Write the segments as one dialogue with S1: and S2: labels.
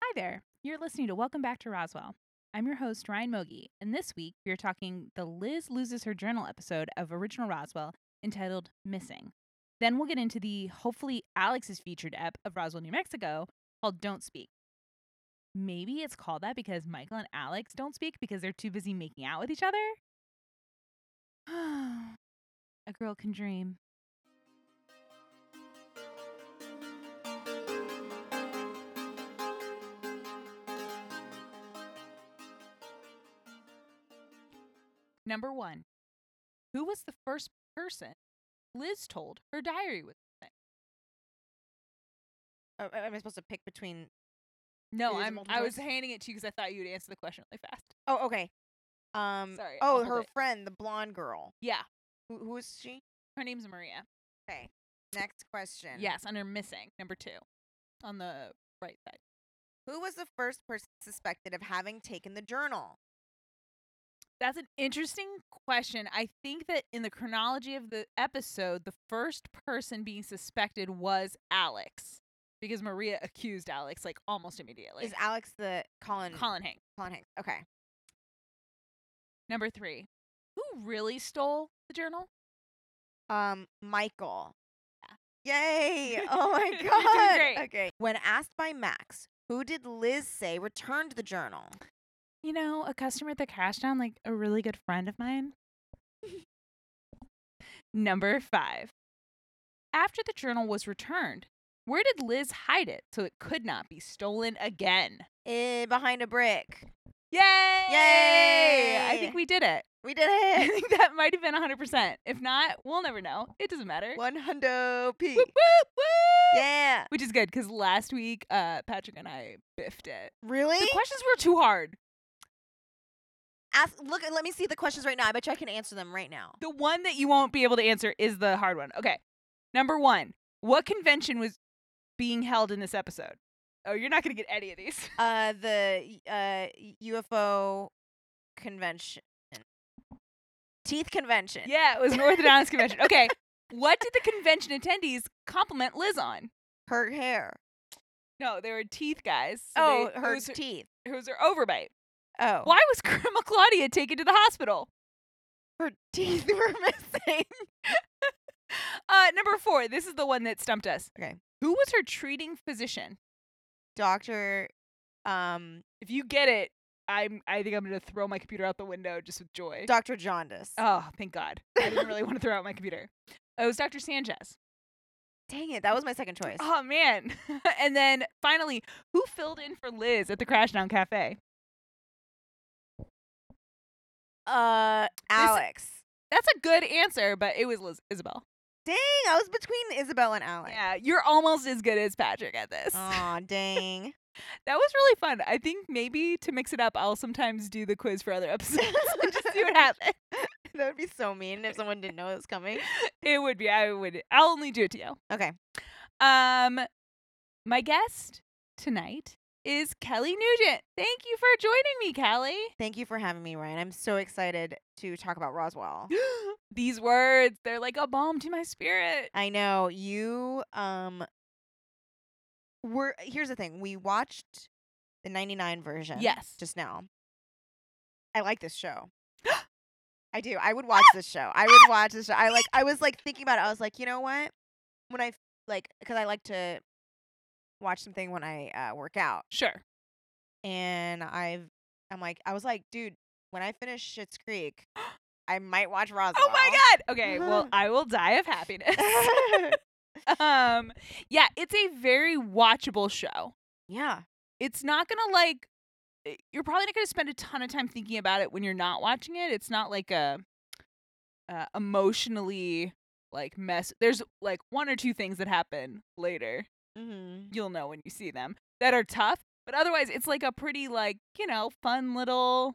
S1: Hi there. You're listening to Welcome Back to Roswell. I'm your host, Ryan Mogi, and this week we are talking the Liz Loses Her Journal episode of Original Roswell entitled Missing. Then we'll get into the hopefully Alex's featured ep of Roswell, New Mexico called Don't Speak. Maybe it's called that because Michael and Alex don't speak because they're too busy making out with each other. A girl can dream. Number one, who was the first person Liz told her diary was?
S2: Oh, a- am I supposed to pick between? It
S1: No,
S2: is a
S1: I'm.
S2: multiple
S1: I was
S2: choice?
S1: handing it to you because I thought you'd answer the question really fast.
S2: Oh, okay. Um.
S1: Sorry, I'll
S2: Oh,
S1: hold
S2: her
S1: it.
S2: friend, the blonde girl.
S1: Yeah,
S2: Who, who is she?
S1: her name's Maria.
S2: Okay. Next question.
S1: Yes, under missing number two, on the right side.
S2: Who was the first person suspected of having taken the journal?
S1: That's an interesting question. I think that in the chronology of the episode, the first person being suspected was Alex because Maria accused Alex like almost immediately.
S2: is Alex the Colin?
S1: Colin Hank.
S2: Colin Hanks. Okay.
S1: Number three, who really stole the journal?
S2: Um, Michael. Yay! Oh my
S1: You're doing
S2: god.
S1: great.
S2: Okay. When asked by Max, who did Liz say returned the journal?
S1: You know, a customer at the cash down, like a really good friend of mine. Number five. After the journal was returned, where did Liz hide it so it could not be stolen again?
S2: Eh, behind a brick.
S1: Yay! I think
S2: Yay!
S1: we did it.
S2: We did
S1: I
S2: it.
S1: think that might have been 100%. If not, we'll never know. It doesn't matter.
S2: One hundo p.
S1: Whoop, whoop, whoop!
S2: Yeah.
S1: Which is good because last week, uh, Patrick and I biffed it.
S2: Really?
S1: The questions were too hard.
S2: Ask, look, let me see the questions right now. I bet you I can answer them right now.
S1: The one that you won't be able to answer is the hard one. Okay. Number one, what convention was being held in this episode? Oh, you're not going to get any of these.
S2: Uh, the y- uh UFO convention, teeth convention.
S1: Yeah, it was an orthodontist convention. Okay. What did the convention attendees compliment Liz on?
S2: her hair.
S1: No, they were teeth guys.
S2: oh,
S1: they,
S2: her
S1: Who's her,
S2: teeth.
S1: who's her overbite?
S2: Oh,
S1: Why was Grandma Claudia taken to the hospital?
S2: her teeth were missing.
S1: Uh, number four. This is the one that stumped us.
S2: Okay.
S1: Who was her treating physician?
S2: Doctor, um,
S1: If you get it, I'm. I think I'm going to throw my computer out the window just with joy.
S2: Doctor Jaundice.
S1: Oh, thank God. I didn't really want to throw out my computer. Oh, it was Dr. Sanchez.
S2: Dang it, that was my second choice.
S1: Oh, man. and then finally, who filled in for Liz at the Crashdown Cafe?
S2: Uh, Alex.
S1: That's a good answer, but it was Liz Isabel.
S2: Dang, I was between Isabel and Alex.
S1: Yeah, you're almost as good as Patrick at this.
S2: Aw, dang.
S1: That was really fun. I think maybe to mix it up, I'll sometimes do the quiz for other episodes and just see what happens.
S2: that would be so mean if someone didn't know it was coming.
S1: It would be. I would. I'll only do it to you.
S2: Okay.
S1: Um, my guest tonight is Kelly Nugent. Thank you for joining me, Kelly.
S2: Thank you for having me, Ryan. I'm so excited to talk about Roswell.
S1: these words they're like a balm to my spirit
S2: I know you um were here's the thing. We watched the 99 version
S1: yes
S2: just now. I like this show. I do. I would watch this show. I would watch this show. I like I was like thinking about it. I was like, "You know what? When I f- like cuz I like to watch something when I uh, work out
S1: sure
S2: and I've I'm like I was like, "Dude, when I finish Shit's Creek, I might watch Roswell."
S1: oh my god okay well i will die of happiness
S2: god.
S1: um yeah it's a very watchable show
S2: yeah.
S1: it's not gonna like i- you're probably not gonna spend a ton of time thinking about it when you're not watching it it's not like a uh, emotionally like mess there's like one or two things that happen later
S2: Mhm.
S1: you'll know when you see them that are tough but otherwise it's like a pretty like you know fun little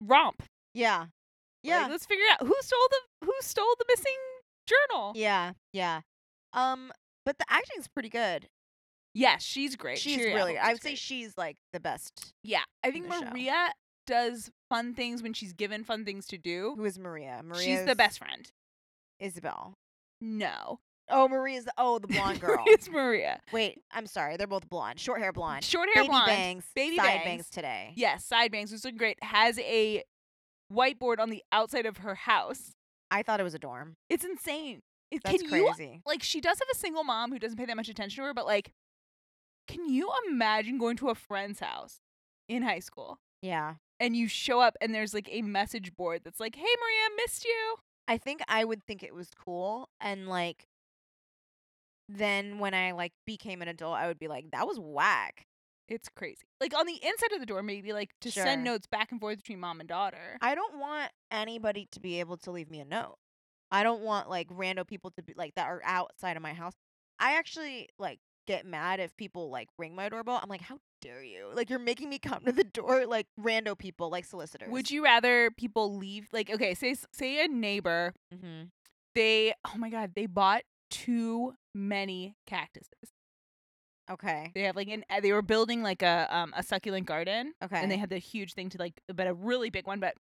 S1: romp Like,
S2: Yeah. Yeah.
S1: let's figure out who stole the who stole the missing journal
S2: yeah. Yeah. Um but the acting's pretty good.
S1: yeah she's great
S2: she's
S1: Shiri
S2: really
S1: Appleton's
S2: I would say
S1: great.
S2: she's like the best.
S1: yeah i think
S2: the show.
S1: maria does fun things when she's given fun things to do
S2: Who is Maria? Maria
S1: she's the best friend
S2: Isabel.
S1: no
S2: Oh, Marie is the, oh the blonde girl.
S1: it's Maria.
S2: Wait, I'm sorry. They're both blonde. Short hair blonde.
S1: Short hair
S2: baby
S1: blonde.
S2: bangs.
S1: Baby
S2: side
S1: bangs.
S2: bangs. today.
S1: Yes, side bangs, which look great. Has a whiteboard on the outside of her house.
S2: I thought it was a dorm.
S1: It's insane. It-
S2: That's
S1: can you
S2: crazy.
S1: like she does have a single mom who doesn't pay that much attention to her, but like can you imagine going to a friend's house in high school
S2: yeah.
S1: and you show up and there's like a message board that's like, "Hey Maria, missed you."
S2: I think I would think it was cool and like then when I like became an adult, I would be like, that was whack.
S1: It's crazy. Like on the inside of the door maybe like to
S2: Sure.
S1: send notes back and forth between mom and daughter.
S2: I don't want anybody to be able to leave me a note. I don't want like random people to be like that are outside of my house. I actually like get mad if people like ring my doorbell. I'm like, how dare you? Like you're making me come to the door like rando people, like solicitors.
S1: Would you rather people leave like okay, say s- say a neighbor,
S2: Mm-hmm.
S1: they oh my god, they bought too many cactuses.
S2: Okay.
S1: They have like an they were building like a um a succulent garden.
S2: Okay.
S1: and they had the huge thing to like but a really big one but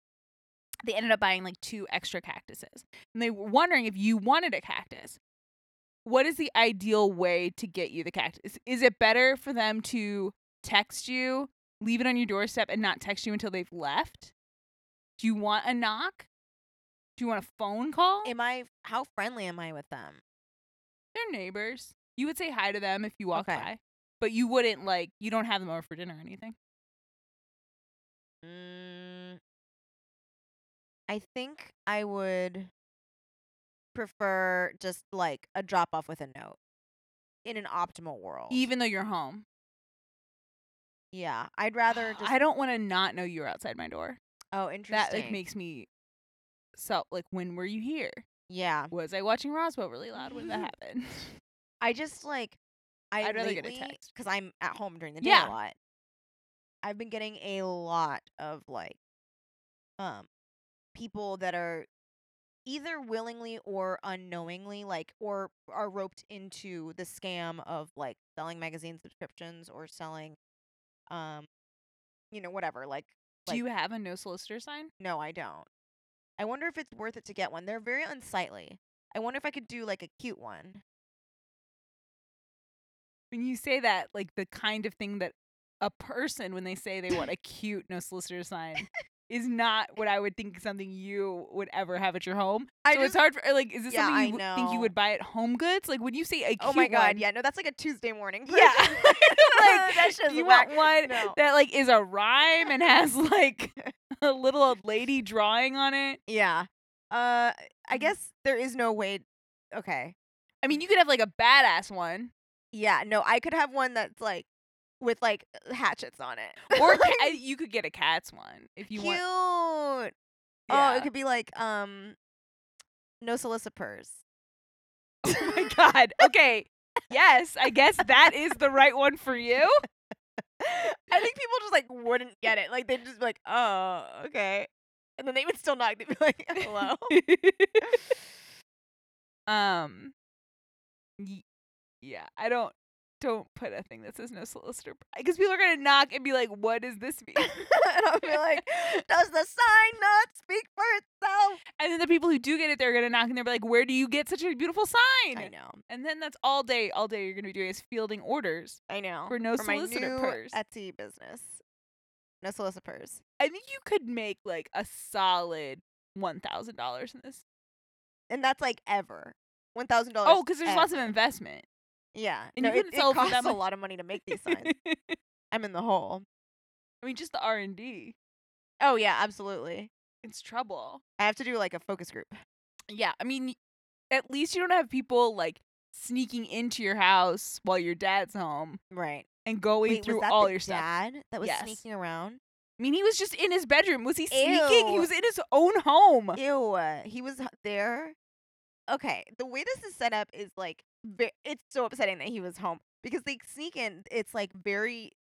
S1: they ended up buying like two extra cactuses and they were wondering if you wanted a cactus what is the ideal way to get you the cactus is it better for them to text you leave it on your doorstep and not text you until they've left do you want a knock do you want a phone call
S2: am I how friendly am I with them?
S1: they're neighbors you would say hi to them if you walk
S2: Okay.
S1: by but you wouldn't like you don't have them over for dinner or anything
S2: Mm, I think I would prefer just like a drop off with a note in an optimal world.
S1: even though you're home
S2: yeah, I'd rather just
S1: I don't want to not know you were outside my door.
S2: oh interesting.
S1: That like makes me so like when were you here?
S2: yeah.
S1: Was I watching Roswell really loud when
S2: Mm-hmm.
S1: that happened?
S2: I just like I
S1: I'd rather get a text.
S2: because I'm at home during the day
S1: Yeah.
S2: a lot. I've been getting a lot of like um people that are either willingly or unknowingly like or are roped into the scam of like selling magazine subscriptions or selling um you know whatever like
S1: Do you have a no solicitor sign?
S2: no, I don't. I wonder if it's worth it to get one. They're very unsightly. I wonder if I could do like a cute one.
S1: When you say that, like the kind of thing that a person when they say they want a cute no solicitor sign is not what I would think something you would ever have at your home.
S2: I
S1: so it's hard for like is this
S2: Yeah,
S1: something
S2: I
S1: you w- think you
S2: know.
S1: would buy at Home Goods? Like when you say a cute
S2: Oh my god,
S1: one,
S2: yeah, no, that's like a Tuesday morning.
S1: Yeah.
S2: person.
S1: like
S2: shit's
S1: you
S2: whack.
S1: want one
S2: No.
S1: that like is a rhyme and has like a little old lady drawing on it.
S2: Yeah. Uh,
S1: Mm-hmm.
S2: I guess there is no way. Okay.
S1: I mean, you could have like a badass one,
S2: Yeah. No, I could have one that's like with like uh, hatchets on it.
S1: or
S2: Like,
S1: ca- I- you could get a cat's one if you
S2: cute.
S1: want.
S2: Oh,
S1: Yeah.
S2: it could be like um, no solicitors.
S1: Oh my god. Okay. Yes, I guess that is the right one for you.
S2: I think people just like wouldn't get it. Like they'd just be like, oh, okay. And then they would still knock. They'd be like, hello.
S1: um. y- yeah, I don't. Don't put a thing that says no solicitor because people are gonna knock and be like, "What does this mean?"
S2: and I'll be like, does the sign not speak for itself?
S1: And then the people who do get it, they're gonna knock and they're like, "Where do you get such a beautiful sign?"
S2: I know.
S1: And then that's all day. All day you're gonna be doing is fielding orders.
S2: I know.
S1: For no
S2: my
S1: solicitor
S2: new
S1: purse.
S2: Etsy business. No solicitors.
S1: I think you could make like a solid one thousand dollars in this.
S2: And that's like ever. One thousand dollars.
S1: Oh, because there's lots of investment.
S2: Yeah.
S1: and
S2: no,
S1: you
S2: it,
S1: couldn't
S2: it
S1: sell for that
S2: costs a
S1: much.
S2: lot of money to make these signs.
S1: I
S2: I'm in the hole.
S1: mean, just the R and D.
S2: Oh yeah, absolutely.
S1: It's trouble.
S2: I have to do like a focus group.
S1: Yeah, I mean, at least you don't have people like sneaking into your house while your dad's home
S2: Right.
S1: and going
S2: Wait,
S1: through
S2: was that
S1: all
S2: the
S1: your stuff.
S2: dad that was
S1: Yes.
S2: sneaking around?
S1: I mean, he was just in his bedroom. Was he sneaking? He
S2: Ew.
S1: was in his own home.
S2: Ew, he was h- there. Okay, the way this is set up is like ve- it's so upsetting that he was home because they sneak in. It's like very,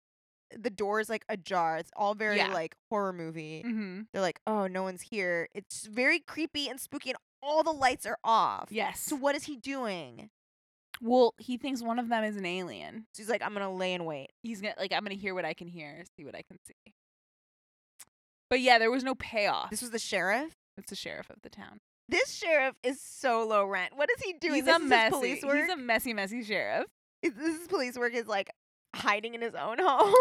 S2: the door is like ajar. It's all very
S1: Yeah.
S2: like horror movie.
S1: Mm-hmm.
S2: They're like, oh, no one's here. It's very creepy and spooky, and all the lights are off.
S1: Yes.
S2: So what is he doing?
S1: Well, he thinks one of them is an alien.
S2: So he's like, I'm gonna lay in wait.
S1: He's gonna like I'm gonna hear what I can hear, see what I can see. But yeah, there was no payoff. Uh
S2: This was the sheriff.
S1: It's the sheriff of the town.
S2: This sheriff is so low rent. What is he doing?
S1: He's
S2: this
S1: a
S2: is his
S1: messy.
S2: police work.
S1: he's a messy, messy sheriff.
S2: Is- this is police work is like hiding in his own home.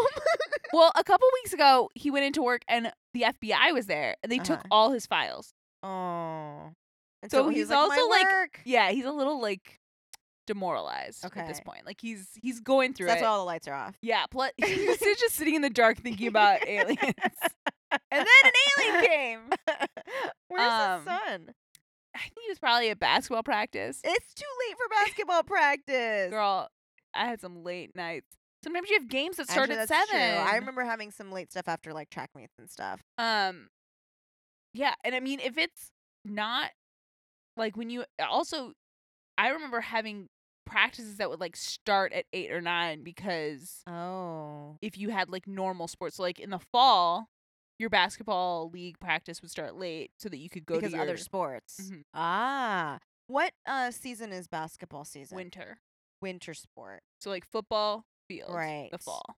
S1: Well, a couple weeks ago, he went into work and the FBI was there and they took
S2: Uh-huh.
S1: all his files.
S2: oh. And
S1: So
S2: he's,
S1: he's
S2: like, "My
S1: also, like,
S2: work."
S1: Yeah, he's a little like demoralized at this
S2: Okay.
S1: point. Like he's he's going
S2: So
S1: through
S2: that's
S1: it.
S2: why all the lights are off.
S1: yeah, pl- he's just sitting in the dark thinking about aliens. And then an alien came.
S2: Where's
S1: Um,
S2: his son?
S1: I think he was probably at basketball practice.
S2: It's too late for basketball practice.
S1: Girl, I had some late nights. Sometimes you have games that start
S2: Actually,
S1: at
S2: that's
S1: seven.
S2: true. I remember having some late stuff after like track meets and stuff.
S1: Um, yeah, and I mean, if it's not like when you also, I remember having practices that would like start at eight or nine because
S2: Oh.
S1: if you had like normal sports, so, like in the fall, your basketball league practice would start late so that you could go
S2: because
S1: to your
S2: other sports.
S1: Mhm.
S2: Ah. What uh season is basketball season?
S1: winter.
S2: Winter sport.
S1: So like football field, the
S2: Right.
S1: fall,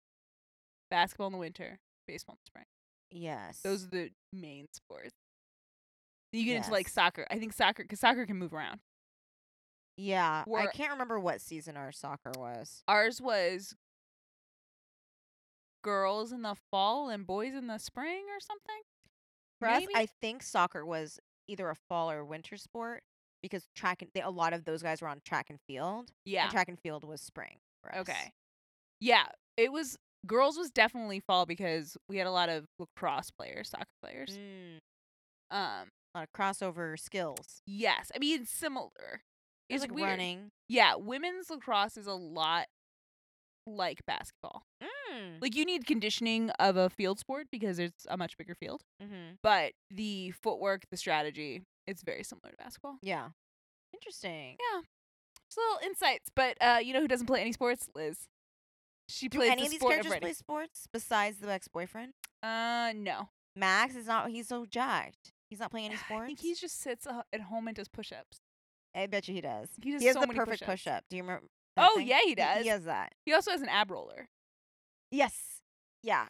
S1: basketball in the winter, baseball in the spring.
S2: Yes.
S1: Those are the main sports. Then you get into like
S2: Yes.
S1: soccer. I think soccer because soccer can move around.
S2: Yeah. I
S1: were-
S2: can't remember what season our soccer was.
S1: Ours was girls in the fall and boys in the spring or something.
S2: For
S1: Maybe?
S2: us, I think soccer was either a fall or winter sport because track and they, a lot of those guys were on track and field.
S1: Yeah.
S2: And track and field was spring. for us.
S1: Okay. Yeah. It was girls was definitely fall because we had a lot of lacrosse players, soccer players.
S2: Mm,
S1: Um
S2: a lot of crossover skills.
S1: yes. I mean it's similar.
S2: It
S1: It's
S2: was like
S1: weird.
S2: running.
S1: Yeah, women's lacrosse is a lot like basketball.
S2: Mm.
S1: Like you need conditioning of a field sport because it's a much bigger field,
S2: Mm-hmm.
S1: but the footwork, the strategy, it's very similar to basketball.
S2: Yeah. Interesting.
S1: Just little insights, but uh, you know who doesn't play any sports? Liz. She
S2: Do
S1: plays
S2: any
S1: the
S2: of these
S1: sport of
S2: characters play
S1: writing.
S2: sports besides the ex boyfriend?
S1: Uh, no.
S2: Max is not. He's so jacked. He's not playing any sports.
S1: I think he just sits a- at home and does push-ups.
S2: I bet you he does.
S1: He does
S2: has
S1: so
S2: the
S1: many
S2: perfect
S1: push-ups.
S2: push-up. Do you remember?
S1: Oh, yeah, he does.
S2: He has that.
S1: He also has an ab roller.
S2: Yes. Yeah.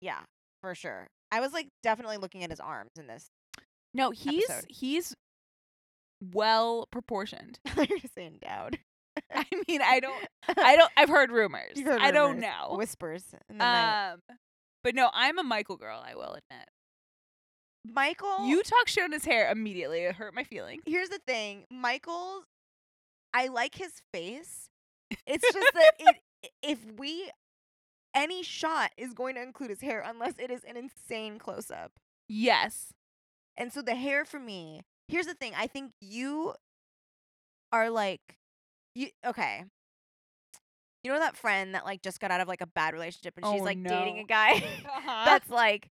S2: Yeah. For sure. I was like definitely looking at his arms in this.
S1: No, he's
S2: Episode.
S1: he's well proportioned.
S2: You're just saying doubt.
S1: I mean, I don't, I don't. I've heard rumors.
S2: You've heard
S1: I don't
S2: rumors.
S1: know.
S2: Whispers. In the night.
S1: Um, but no, I'm a Michael girl. I will admit.
S2: Michael.
S1: You talk shit on his hair immediately. It hurt my feelings.
S2: Here's the thing, Michael's. I like his face. It's just that it, i- if we any shot is going to include his hair unless it is an insane close up.
S1: Yes.
S2: And so the hair for me, here's the thing. I think you are like you okay. You know that friend that like just got out of like a bad relationship and she's
S1: Oh,
S2: like dating a
S1: no.
S2: guy
S1: Uh-huh.
S2: that's like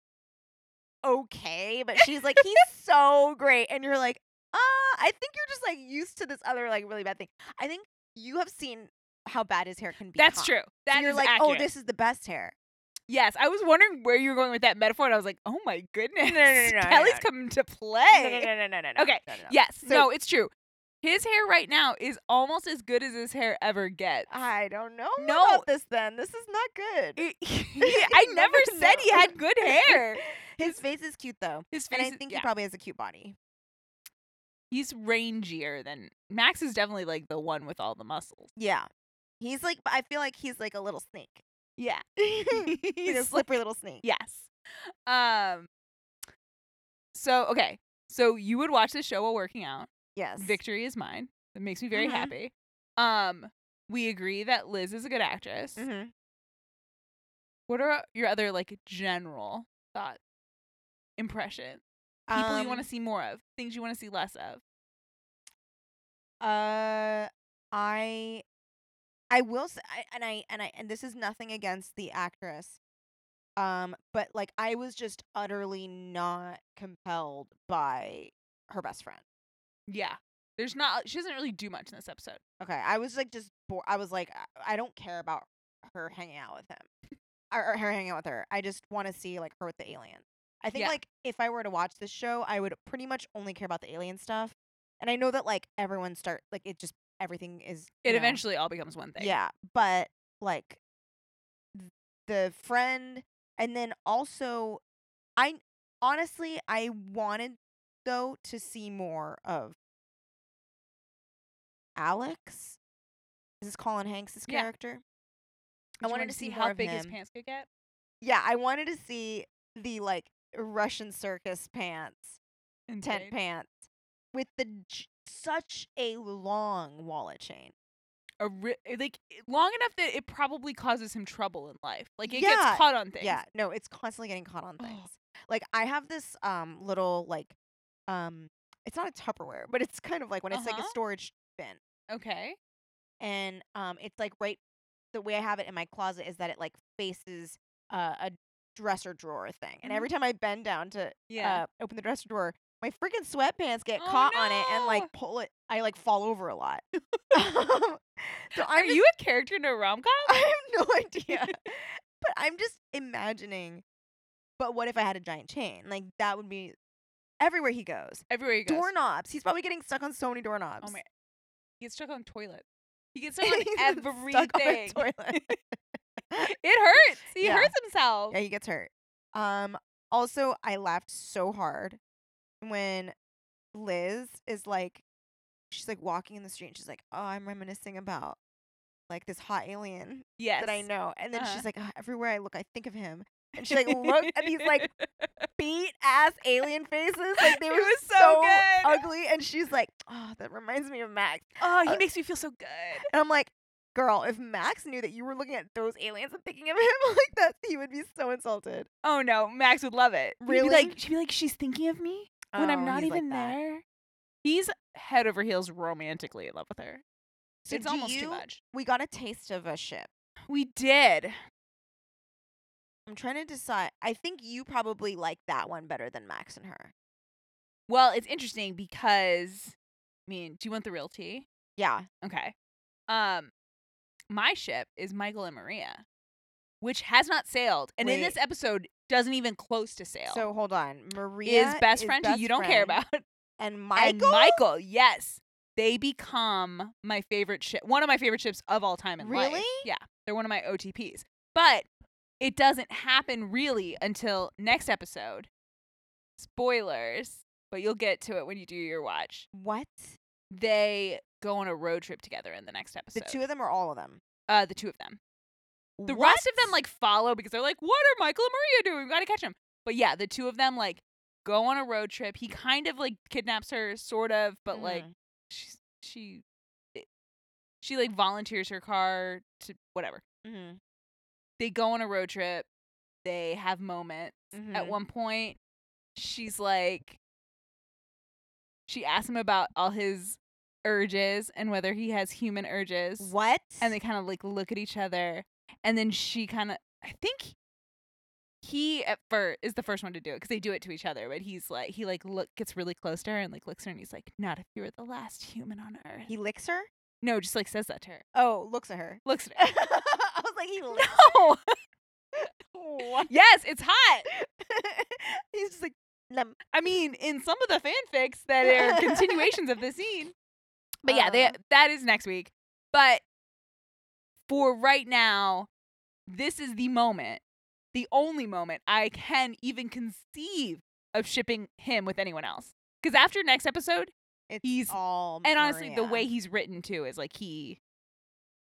S2: okay, but she's like he's so great and you're like, "Uh, I think you're just like used to this other like really bad thing." I think you have seen how bad his hair can be.
S1: that's true. That
S2: And you're
S1: is
S2: like,
S1: accurate.
S2: "Oh, this is the best hair."
S1: Yes, I was wondering where you were going with that metaphor, and I was like, "Oh my goodness,
S2: no, no, no, no,
S1: Kelly's
S2: no.
S1: coming to play."
S2: No, no, no, no, no, no.
S1: Okay,
S2: No, no, no.
S1: Yes,
S2: So-
S1: no, it's true. His hair right now is almost as good as his hair ever gets.
S2: I don't know
S1: No.
S2: about this then. This is not good.
S1: It- I never
S2: never
S1: said he
S2: know.
S1: had good hair.
S2: His face is cute though,
S1: His face,
S2: and I
S1: is-
S2: think
S1: yeah,
S2: he probably has a cute body.
S1: he's rangier than Max is definitely like the one with all the muscles.
S2: Yeah, he's like I feel like he's like a little snake,
S1: Yeah,
S2: he's a
S1: he's
S2: slippery little snake.
S1: yes. Um. So okay, so you would watch this show while working out.
S2: Yes,
S1: Victory is mine. That makes me very
S2: Mhm.
S1: happy. Um, we agree that Liz is a good actress.
S2: Mhm.
S1: What are your other like general thought impression? People you want
S2: Um,
S1: to see more of, things you want to see less of.
S2: Uh, I, I will say, I, and I and I and this is nothing against the actress, um, but like I was just utterly not compelled by her best friend.
S1: Yeah, there's not. She doesn't really do much in this episode.
S2: Okay, I was like just bored. I was like, "I- I don't care about her hanging out with him or, or her hanging out with her. I just want to see like her with the aliens. I think
S1: Yeah.
S2: like if I were to watch this show, I would pretty much only care about the alien stuff. And I know that like everyone start like it just everything is
S1: It
S2: you know,
S1: eventually all becomes one thing.
S2: yeah, but like th- the friend, and then also, I honestly I wanted go to see more of Alex. Is this Colin Hanks'
S1: Yeah.
S2: character? I
S1: Did you
S2: wanted
S1: wanna
S2: to see more
S1: how
S2: of
S1: big his
S2: him.
S1: pants could get.
S2: Yeah, I wanted to see the like Russian circus pants, tent
S1: Insane.
S2: pants, with the j- such a long wallet chain.
S1: a ri- eh, like i- long enough that it probably causes him trouble in life. Like it
S2: Yeah,
S1: gets caught on things.
S2: Yeah, no, it's constantly getting caught on
S1: Oh.
S2: things. Like I have this um little like um it's not a Tupperware, but it's kind of like when it's like
S1: Uh-huh.
S2: a storage bin.
S1: Okay.
S2: And um it's like right the way I have it in my closet is that it like faces uh, a dresser drawer thing. And
S1: Mhm.
S2: every time I bend down to
S1: Yeah.
S2: uh, open the dresser drawer, my freaking sweatpants get
S1: Oh,
S2: caught on it and
S1: no.
S2: like pull it I like fall over a lot. so
S1: Are
S2: I'm just-
S1: you a character in a rom
S2: I
S1: com?
S2: have no idea. but I'm just imagining. But what if I had a giant chain? Like that would be everywhere he goes.
S1: Everywhere he goes,
S2: Doorknobs. He's probably getting stuck on so many doorknobs.
S1: Oh my! He gets stuck on toilet. He gets stuck on
S2: He's
S1: everything.
S2: Stuck on a toilet.
S1: it hurts. He
S2: Yeah.
S1: hurts himself.
S2: yeah, he gets hurt. Um. Also, I laughed so hard when Liz is like, she's like walking in the street and she's like, "Oh, I'm reminiscing about like this hot alien
S1: Yes.
S2: that I know," and then
S1: Uh-huh.
S2: she's like, "Ah, "Everywhere I look, I think of him." And she like looked at these like beat ass alien faces. Like they
S1: It
S2: were
S1: was so
S2: so,
S1: good.
S2: ugly. And she's like, Oh, that reminds me of Max.
S1: oh, he
S2: uh,
S1: makes me feel so good.
S2: And I'm like, Girl, if Max knew that you were looking at those aliens and thinking of him like that, he would be so insulted.
S1: Oh no, Max would love it. He'd be
S2: Really?
S1: like she'd be like, she's thinking of me when I'm
S2: Oh,
S1: not
S2: he's like
S1: even
S2: that.
S1: there. He's head over heels romantically in love with her.
S2: So
S1: it's
S2: do
S1: almost too
S2: you-
S1: much.
S2: We got a taste of a ship.
S1: We did.
S2: I'm trying to decide. I think you probably like that one better than Max and her.
S1: Well, it's interesting because I mean, do you want the real tea?
S2: Yeah.
S1: Okay. Um my ship is Michael and Maria, which has not sailed and in this
S2: Wait.
S1: episode doesn't even close to sail.
S2: So hold on. Maria
S1: is best friend who
S2: best
S1: you don't care
S2: friend,
S1: about.
S2: And
S1: And
S2: Michael.
S1: Michael, yes. They become my favorite ship, one of my favorite ships of all time in life.
S2: Really?
S1: Yeah. They're one of my OTPs. But it doesn't happen really until next episode. Spoilers, but you'll get to it when you do your watch.
S2: What?
S1: they go on a road trip together in the next
S2: The
S1: episode.
S2: two of them or all of them?
S1: uh, the two of them. The
S2: What?
S1: rest of them like follow because they're like, "What are Michael and Maria doing? We gotta catch them." But yeah, the two of them like go on a road trip. He kind of like kidnaps her, sort of, but like
S2: Mhm.
S1: she's, she it- she like volunteers her car to whatever.
S2: Mhm.
S1: They go on a road trip. They have moments. At
S2: Mhm.
S1: one point, she's like, she asks him about all his urges and whether he has human urges.
S2: What?
S1: and they kind of like look at each other and then she kind of i think he at first is the first one to do it because they do it to each other but he's like he like look gets really close to her and like looks at her and he's like not if you were the last human on earth
S2: he licks her.
S1: no just like says that to her
S2: Oh, looks at her.
S1: looks at her
S2: I was like, he licks.
S1: no
S2: What?
S1: yes it's hot
S2: He's just like, "Nom."
S1: i mean in some of the fanfics that are continuations of the scene but yeah they,
S2: Uh-huh.
S1: that is next week but for right now this is the moment the only moment i can even conceive of shipping him with anyone else because after next episode
S2: It's
S1: He's-
S2: all.
S1: and honestly the
S2: Maria.
S1: way he's written too is like he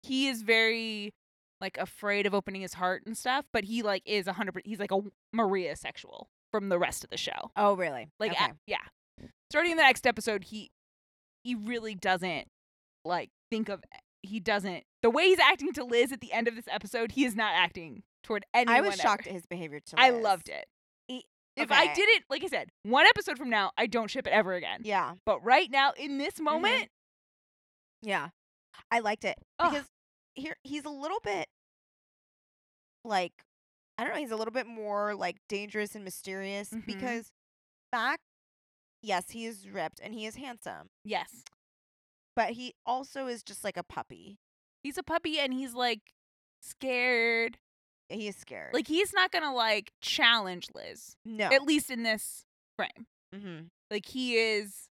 S1: he is very like afraid of opening his heart and stuff but he like is a 100 he's like a maria sexual from the rest of the show
S2: Oh, really?
S1: like,
S2: Okay.
S1: a- yeah. Starting in the next episode, he he really doesn't like think of he doesn't the way he's acting to Liz at the end of this episode. He is not acting toward anyone.
S2: I was
S1: ever.
S2: shocked at his behavior too.
S1: I loved it.
S2: E-
S1: If I
S2: okay.
S1: did it, like I said, one episode from now, I don't ship it ever again.
S2: Yeah.
S1: But right now, in
S2: Mm-hmm.
S1: this moment,
S2: Yeah. I liked it
S1: Ugh.
S2: because here he's a little bit like I don't know, he's a little bit more like dangerous and mysterious
S1: Mhm.
S2: because back yes, he is ripped and he is handsome,
S1: yes,
S2: but he also is just like a puppy.
S1: he's a puppy and he's like scared.
S2: He is scared.
S1: Like he's not gonna like challenge Liz.
S2: no.
S1: At least in this frame.
S2: mm-hmm.
S1: Like he is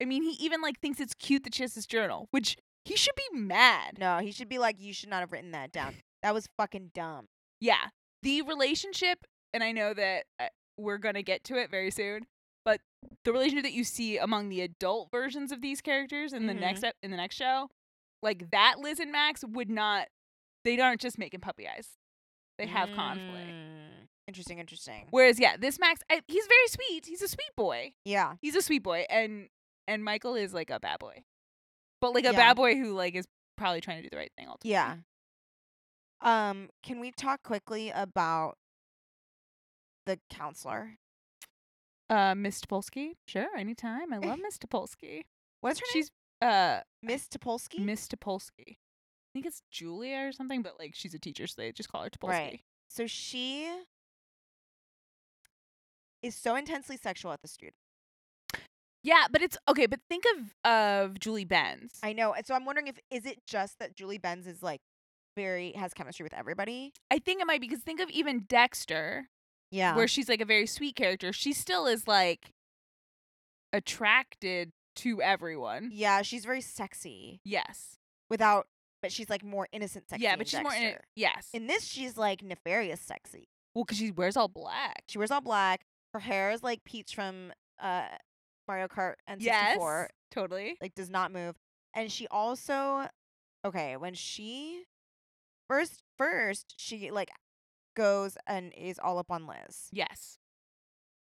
S1: I mean, he even like thinks it's cute that she has this journal, which he should be mad.
S2: No, he should be like you should not have written that down. That was fucking dumb.
S1: Yeah. The relationship, and I know that uh, we're going to get to it very soon, but the relationship that you see among the adult versions of these characters in the
S2: Mhm.
S1: next ep- in the next show, like that Liz and Max would not. They aren't just making puppy eyes; they have conflict.
S2: Mm. Interesting, interesting.
S1: Whereas, yeah, this Max, I, he's very sweet. He's a sweet boy.
S2: Yeah.
S1: He's a sweet boy, and and Michael is like a bad boy, but like a
S2: Yeah.
S1: bad boy who like is probably trying to do the right thing. Ultimately.
S2: Yeah.
S1: Mm.
S2: Um, can we talk quickly about the counselor?
S1: Uh, Miss Topolsky. Sure, anytime. I love Miss Topolsky.
S2: What's her
S1: She's uh
S2: name? Miss Topolsky?
S1: Miss Topolsky. I think it's Julia or something, but like she's a teacher, so they just call her Topolsky.
S2: Right. so she is so intensely sexual at the student.
S1: Yeah, but it's okay. But think of of Julie Benz. I,
S2: I know. and So I'm wondering if is it just that Julie Benz is like very has chemistry with everybody?
S1: think it might be because think of even Dexter,
S2: Yeah.
S1: where she's like a very sweet character. She still is like attracted to everyone.
S2: yeah, she's very sexy
S1: Yes.
S2: without but she's like more innocent sexy.
S1: yeah,
S2: in
S1: but she's more. In,
S2: Dexter.
S1: yes.
S2: In this she's like nefarious sexy.
S1: well, because she wears all black.
S2: She wears all black. Her hair is like peach from uh Mario Kart and
S1: Yes.
S2: 64.
S1: Totally.
S2: Like does not move. And she also okay, when she first first she like goes and is all up on Liz.
S1: Yes.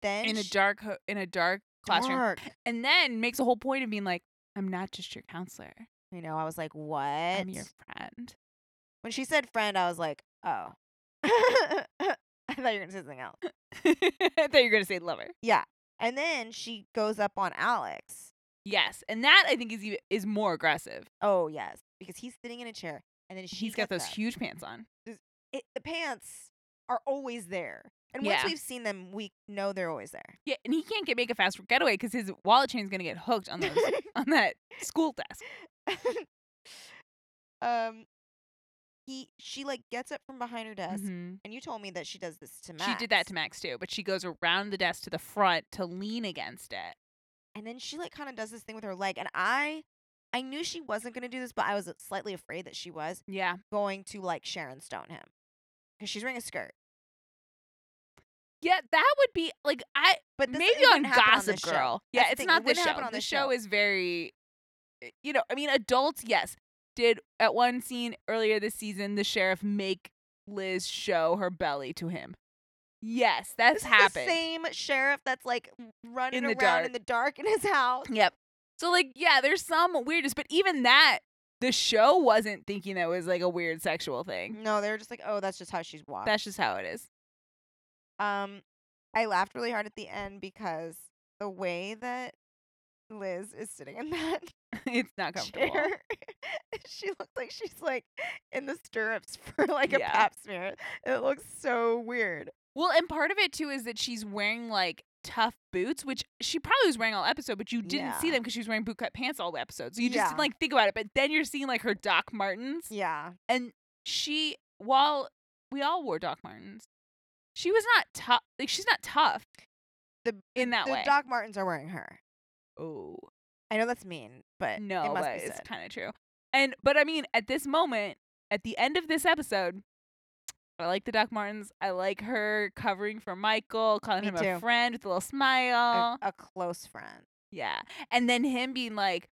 S2: Then
S1: In a
S2: she-
S1: dark ho- in a dark classroom,
S2: dark.
S1: and then makes a whole point of being like, "I'm not just your counselor.
S2: You know, I was like, "What?"
S1: I'm your friend."
S2: When she said friend, I was like, "Oh." I thought you were going to say something else.
S1: I thought you were gonna say lover.
S2: Yeah. And then she goes up on Alex.
S1: Yes, and that I think is even, is more aggressive.
S2: Oh, yes, because he's sitting in a chair and then she
S1: He's got
S2: gets
S1: those
S2: up.
S1: huge pants on.
S2: it, the pants are always there. And
S1: Yeah.
S2: once we've seen them, we know they're always there.
S1: Yeah, and he can't get make a fast getaway because his wallet chain's gonna get hooked on those on that school desk.
S2: um he she like gets up from behind her desk
S1: Mhm.
S2: and you told me that she does this to Max.
S1: Mm-hmm. She did that to Max too, but she goes around the desk to the front to lean against it.
S2: And then she like kind of does this thing with her leg and I I knew she wasn't going to do this, but I was uh, slightly afraid that she was
S1: Yeah,
S2: going to like Sharon Stone him. Cuz she's wearing a skirt.
S1: yeah, that would be like I
S2: But this,
S1: maybe
S2: it
S1: on
S2: wouldn't happen
S1: Gossip
S2: this show.
S1: Girl.
S2: That's
S1: Yeah,
S2: the
S1: it's
S2: thing, it
S1: not this
S2: wouldn't
S1: show.
S2: happen on
S1: the
S2: this
S1: show
S2: show.
S1: is very, eh, you know, I mean, adults. Yes, did at one scene earlier this season the sheriff make Liz show her belly to him? Yes, that's
S2: This is
S1: happened.
S2: the same sheriff that's like running
S1: the
S2: around in
S1: dark.
S2: the dark in his house.
S1: Yep. So like, yeah, there's some weirdness, but even that, the show wasn't thinking that was like a weird sexual thing.
S2: No, they were just like, oh, that's just how she's walked.
S1: That's just how it is.
S2: um, I laughed really hard at the end because the way that Liz is sitting in that
S1: it's not comfortable.
S2: chair, she looks like she's like in the stirrups for like a
S1: Yeah.
S2: pap smear. It looks so weird.
S1: Well, and part of it too is that she's wearing like tough boots, which she probably was wearing all episode, but you didn't see
S2: Yeah.
S1: them because she was wearing bootcut pants all the episode. So you just
S2: Yeah.
S1: didn't like think about it. But then you're seeing like her Doc Martens,
S2: Yeah,
S1: and she, while we all wore Doc Martens, she was not tough. Like she's not tough
S2: The-
S1: in that
S2: the
S1: way.
S2: Doc Martens are wearing her.
S1: oh
S2: I know that's mean, but
S1: no,
S2: it must
S1: but
S2: be
S1: it's
S2: said.
S1: kind of true. And but I mean, at this moment, at the end of this episode. I like the Doc Martens. I like her covering for Michael, calling
S2: Me
S1: him
S2: too.
S1: a friend with a little
S2: A-
S1: smile.
S2: a close friend.
S1: Yeah. And then him being like,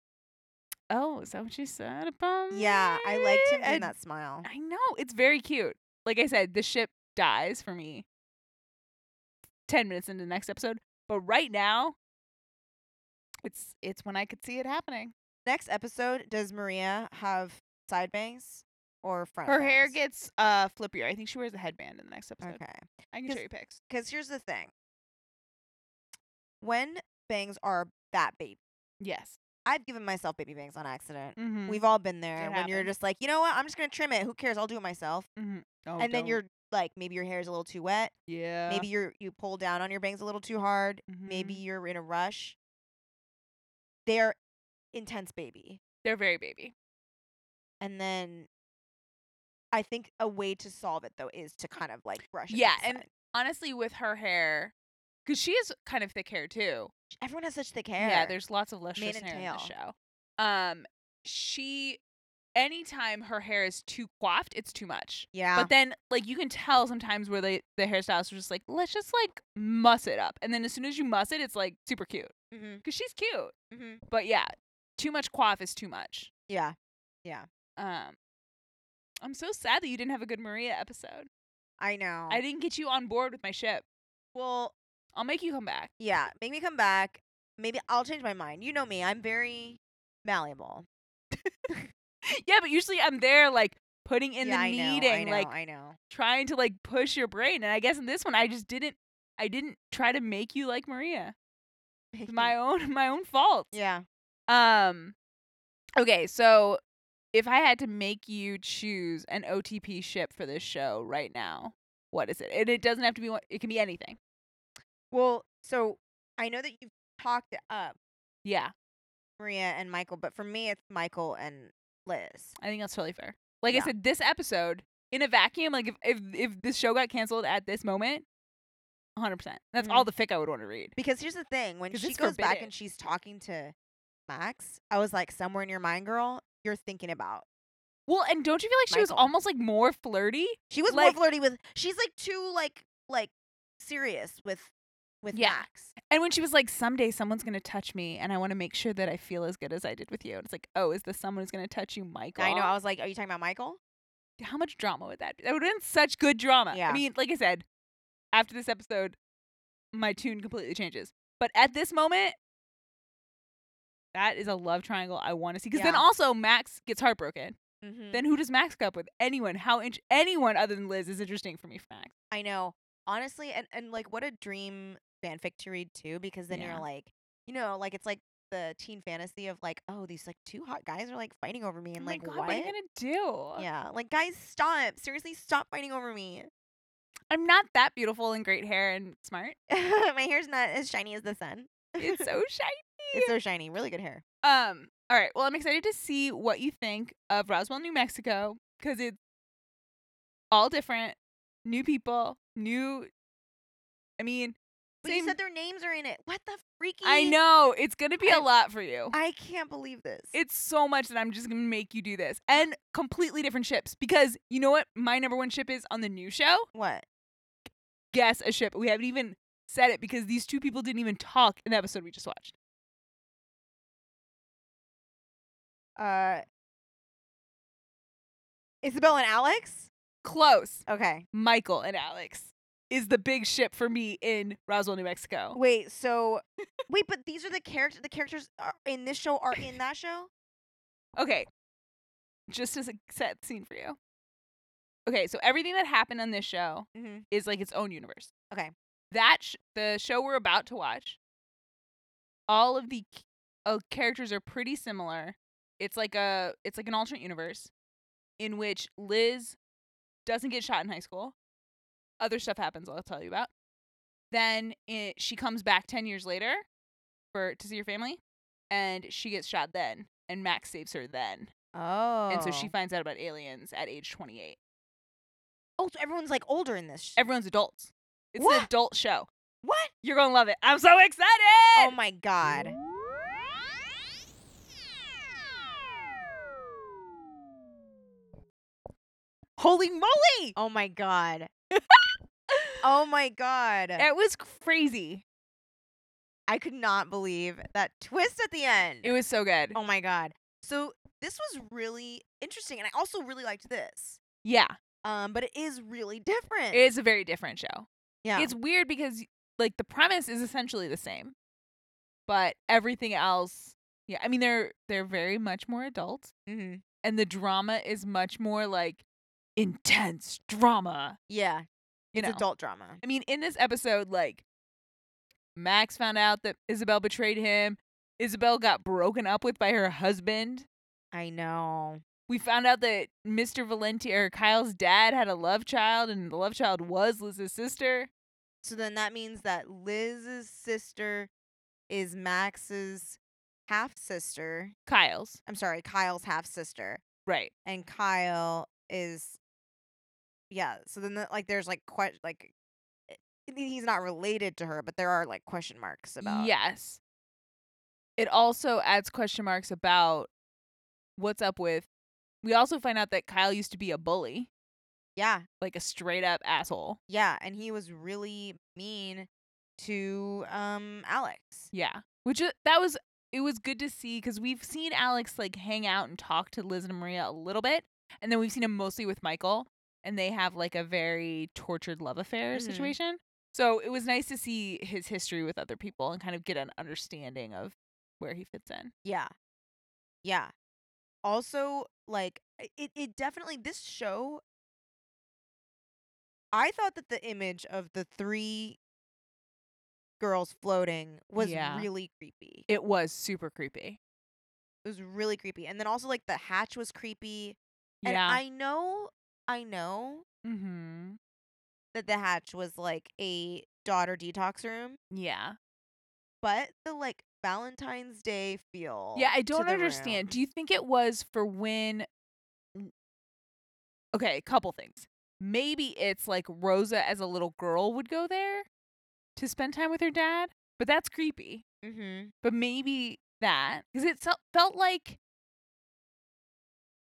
S1: Oh, is that what she said about me?
S2: Yeah, I liked him doing
S1: And
S2: that smile.
S1: I know. It's very cute. Like I said, the ship dies for me 10 minutes into the next episode. But right now, it's it's when I could see it happening.
S2: Next episode, does Maria have side bangs or front?
S1: Her hair
S2: bangs?
S1: gets uh flippier. I think she wears a headband in the next episode.
S2: okay.
S1: I can
S2: Just-
S1: show you pics.
S2: Because here's the thing: when bangs are that baby,
S1: Yes.
S2: I've given myself baby bangs on accident.
S1: Mm-hmm.
S2: We've all been there.
S1: It
S2: when you're
S1: happens.
S2: just like, you know what? I'm just gonna trim it. Who cares? I'll do it myself.
S1: mm-hmm. Oh,
S2: and then
S1: don't.
S2: you're like, maybe your hair is a little too wet.
S1: yeah.
S2: Maybe you're you pull down on your bangs a little too hard. Maybe
S1: Mhm.
S2: you're in a rush. They're intense, baby.
S1: they're very baby.
S2: and then I think a way to solve it though is to kind of like brush. It to
S1: Mm. Yeah,
S2: the
S1: and
S2: side.
S1: Honestly, with her hair, because she is kind of thick hair too.
S2: everyone has such thick hair.
S1: Yeah, there's lots of lustrous
S2: and
S1: hair in the
S2: tail.
S1: show. Um, she anytime her hair is too coiffed, it's too much.
S2: Yeah.
S1: But then, like, you can tell sometimes where they the hairstylists are just like, let's just like muss it up, and then as soon as you muss it, it's like super cute
S2: mm-hmm.
S1: because she's cute.
S2: Mm-hmm.
S1: But yeah, too much coif is too much.
S2: Yeah.
S1: Um, I'm so sad that you didn't have a good Maria episode.
S2: I know.
S1: I didn't get you on board with my ship.
S2: well,
S1: I'll make you come back.
S2: yeah. Make me come back. Maybe I'll change my mind. You know me. I'm very malleable.
S1: yeah, but usually I'm there like putting in
S2: yeah,
S1: the
S2: I know,
S1: meeting,
S2: I know,
S1: like
S2: I know.
S1: trying to like push your brain. And I guess in this one, I just didn't. I didn't try to make you like Maria. It's my own my own fault.
S2: yeah.
S1: Um. Okay, so if I had to make you choose an OTP ship for this show right now, what is it? And it doesn't have to be one. It can be anything.
S2: Well, so I know that you've talked it up
S1: Yeah,
S2: Maria and Michael, but for me, it's Michael and Liz.
S1: I think that's totally fair. Like
S2: Yeah.
S1: I said, this episode in a vacuum, like if if if this show got canceled at this moment, 100. percent That's all
S2: Mm-hmm.
S1: the fic I would want to read.
S2: Because here's the thing when
S1: 'Cause
S2: she
S1: it's
S2: goes back
S1: forbidden.
S2: and she's talking to Max, I was like, somewhere in your mind, girl, you're thinking about.
S1: Well, and don't you feel like she was
S2: Michael.
S1: almost like more flirty?
S2: She was
S1: Like-
S2: more flirty with. She's like too like like serious with with
S1: Yeah.
S2: Max.
S1: And when she was like, someday someone's going to touch me and I want to make sure that I feel as good as I did with you. And it's like, oh, is this someone who's going to touch you, Michael?
S2: I know. I was like, are you talking about Michael?
S1: How much drama would that be? That would have been such good drama.
S2: Yeah.
S1: I mean, like I said, after this episode, my tune completely changes. But at this moment, that is a love triangle I want to see. Because then
S2: Yeah.
S1: also Max gets heartbroken.
S2: Mm-hmm.
S1: Then who does Max go up with? Anyone. How int- anyone other than Liz is interesting for me for Max.
S2: I know. Honestly, and, and like what a dream fanfic to read too, because then
S1: Yeah.
S2: you're like, you know, like it's like the teen fantasy of like, oh, these like two hot guys are like fighting over me and
S1: I'm
S2: like
S1: Oh God,
S2: what?
S1: what are you going to do?
S2: yeah. Like guys, stop. Seriously, stop fighting over me.
S1: I'm not that beautiful and great hair and smart.
S2: My hair's not as shiny as the sun.
S1: It's so shiny.
S2: It's so shiny. Really good hair.
S1: Um. All right. Well, I'm excited to see what you think of Roswell, New Mexico, because it's all different, new people, new. I mean,
S2: But you
S1: same-
S2: said their names are in it. What the freaky
S1: I know it's gonna be a
S2: I-
S1: lot for you.
S2: I can't believe this.
S1: it's so much that I'm just gonna make you do this and completely different ships because you know what my number one ship is on the new show.
S2: what?
S1: Guess a ship. We haven't even said it because these two people didn't even talk in the episode we just watched.
S2: Uh Isabel and Alex?
S1: Close.
S2: Okay.
S1: Michael and Alex is the big ship for me in Roswell, New Mexico.
S2: Wait, so wait, but these are the characters. The characters are in this show are in that show.
S1: Okay. Just as a set scene for you. Okay, so everything that happened on this show
S2: Mm-hmm.
S1: is like its own universe.
S2: Okay.
S1: That sh- the show we're about to watch. All of the c- uh, characters are pretty similar. It's like a it's like an alternate universe in which Liz doesn't get shot in high school. Other stuff happens I'll tell you about. Then it, she comes back 10 years later for to see her family and she gets shot then and Max saves her then.
S2: Oh,
S1: And so she finds out about aliens at age 28.
S2: Oh, so everyone's like older in this. Sh-
S1: Everyone's adults. It's an
S2: What?
S1: adult show.
S2: what?
S1: You're gonna love it. I'm so excited.
S2: Oh my god.
S1: Holy moly!
S2: Oh my god. oh my god.
S1: It was crazy.
S2: I could not believe that twist at the end.
S1: It was so good.
S2: oh my god. So this was really interesting, and I also really liked this.
S1: Yeah,
S2: Um, but it is really different.
S1: it is a very different show.
S2: yeah.
S1: It's weird because like the premise is essentially the same, but everything else. Yeah, I mean they're they're very much more adult,
S2: mm-hmm.
S1: and the drama is much more like intense drama.
S2: Yeah.
S1: You
S2: it's
S1: know?
S2: adult drama.
S1: I mean, in this episode, like Max found out that Isabel betrayed him. Isabel got broken up with by her husband.
S2: I know.
S1: We found out that Mr. Valenti or Kyle's dad had a love child, and the love child was Liz's sister.
S2: So then that means that Liz's sister is Max's half sister.
S1: Kyle's.
S2: I'm sorry, Kyle's half sister.
S1: Right.
S2: And Kyle is yeah, so then that, like there's like que- like i- I mean, he's not related to her, but there are like question marks about
S1: Yes. It also adds question marks about what's up with We also find out that Kyle used to be a bully,
S2: Yeah,
S1: like a straight up asshole.
S2: yeah, and he was really mean to um Alex.
S1: Yeah. Which i- that was it was good to see cuz we've seen Alex like hang out and talk to Liz and Maria a little bit and then we've seen him mostly with Michael and they have like a very tortured love affair
S2: Mhm.
S1: situation. So it was nice to see his history with other people and kind of get an understanding of where he fits in.
S2: Yeah. Yeah. Also, like i- it, it definitely this show I thought that the image of the three girls floating was
S1: Yeah.
S2: really creepy.
S1: It was super creepy.
S2: It was really creepy. And then also like the hatch was creepy. And
S1: yeah.
S2: I know I know
S1: mhm.
S2: that the hatch was like a daughter detox room,
S1: Yeah.
S2: but the like Valentine's Day feel.
S1: Yeah, I
S2: to
S1: don't
S2: the
S1: understand.
S2: room-
S1: Do you think it was for when? Okay, a couple things. Maybe it's like Rosa as a little girl would go there to spend time with her dad, but that's creepy.
S2: Mhm.
S1: But maybe that because it se- felt like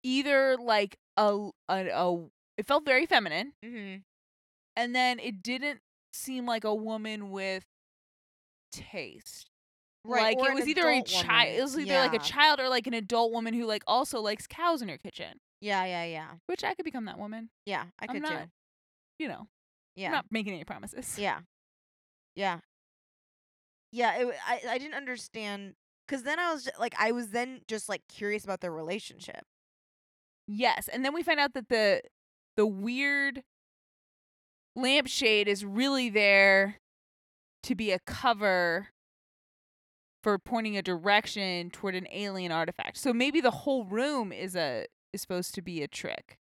S1: either like a, a a it felt very feminine,
S2: Mhm.
S1: and then it didn't seem like a woman with taste
S2: Right.
S1: like
S2: or
S1: it
S2: an
S1: was either a
S2: adult
S1: child.
S2: woman.
S1: It was either like
S2: Yeah.
S1: a child or like an adult woman who like also likes cows in her kitchen.
S2: Yeah, yeah, yeah.
S1: Which I could become that woman.
S2: Yeah, I
S1: I'm
S2: could
S1: not-
S2: too.
S1: You know,
S2: Yeah.
S1: not making any promises.
S2: Yeah. Yeah. Yeah, it, wa- I I didn't understand cuz then I was just, like I was then just like curious about their relationship.
S1: Yes, and then we find out that the the weird lampshade is really there to be a cover for pointing a direction toward an alien artifact. So maybe the whole room is a is supposed to be a trick.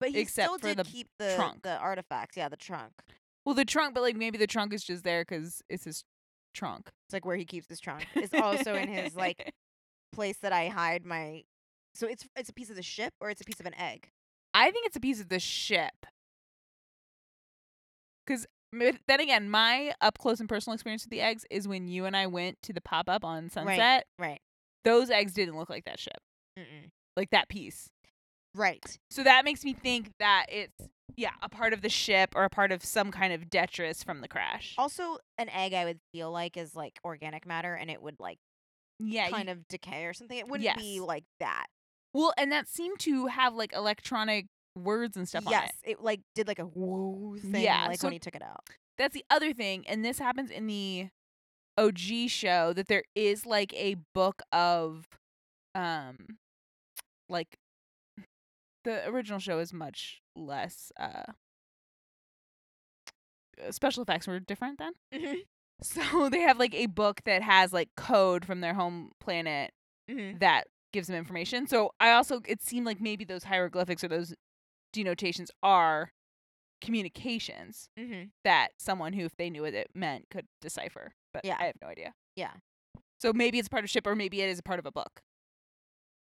S2: But he
S1: Except
S2: still
S1: for
S2: did
S1: the
S2: keep the
S1: trunk.
S2: the artifacts. Yeah, the trunk.
S1: Well, the trunk, but like maybe the trunk is just there because it's his trunk.
S2: It's like where he keeps his trunk. It's also in his like place that I hide my So it's it's a piece of the ship or it's a piece of an egg.
S1: I think it's a piece of the ship. Because then again, my up close and personal experience with the eggs is when you and I went to the pop up on Sunset.
S2: Right.
S1: Those eggs didn't look like that ship,
S2: Mm-mm.
S1: like that piece.
S2: Right.
S1: So that makes me think that it's yeah a part of the ship or a part of some kind of detritus from the crash.
S2: Also an egg I would feel like is like organic matter and it would like
S1: yeah,
S2: kind of decay or something. It wouldn't be
S1: Yes.
S2: like that.
S1: well, and that seemed to have like electronic words and stuff on it.
S2: yes, it. like did like a woo thing
S1: Yeah,
S2: like
S1: so-
S2: when he took it out.
S1: That's the other thing, and this happens in the OG show that there is like a book of um like the original show is much less uh uh, special effects were different then.
S2: Mm-hmm.
S1: So they have like a book that has like code from their home planet
S2: Mm-hmm,
S1: that gives them information. So I also it seemed like maybe those hieroglyphics or those denotations are communications
S2: Mm-hmm.
S1: that someone who, if they knew what it meant, could decipher. But
S2: Yeah.
S1: I have no idea.
S2: Yeah.
S1: So maybe it's part of ship, or maybe it is a part of a book.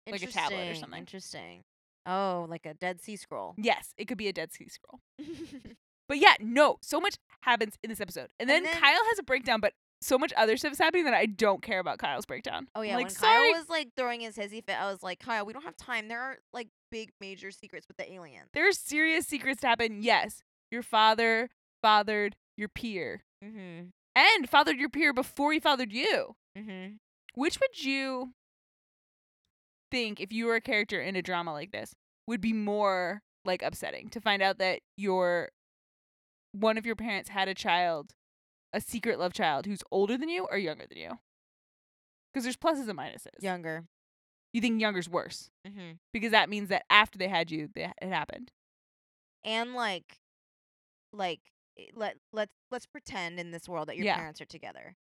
S1: Like a tablet or something.
S2: Interesting. Oh, like a Dead Sea Scroll.
S1: Yes, it could be a Dead Sea Scroll.
S2: and
S1: But yeah, no, so much happens in this episode, and then,
S2: And then-
S1: Kyle has a breakdown, but so much other stuff is happening that I don't care about Kyle's breakdown.
S2: oh
S1: I'm
S2: yeah,
S1: like
S2: when
S1: sorry,
S2: Kyle was like throwing his hissy fit, I was like, Kyle, we don't have time. There are like big major secrets with the alien.
S1: there are serious secrets to happen. Yes, your father fathered your peer,
S2: Mm-hmm.
S1: and fathered your peer before he fathered you.
S2: Mm-hmm.
S1: Which would you think if you were a character in a drama like this would be more like upsetting to find out that your one of your parents had a child, a secret love child who's older than you or younger than you? Because there's pluses and minuses.
S2: Younger.
S1: You think younger's worse
S2: Mm-hmm.
S1: because that means that after they had you, they, it happened.
S2: And like, like i- let let let's pretend in this world that your
S1: Yeah.
S2: parents are together.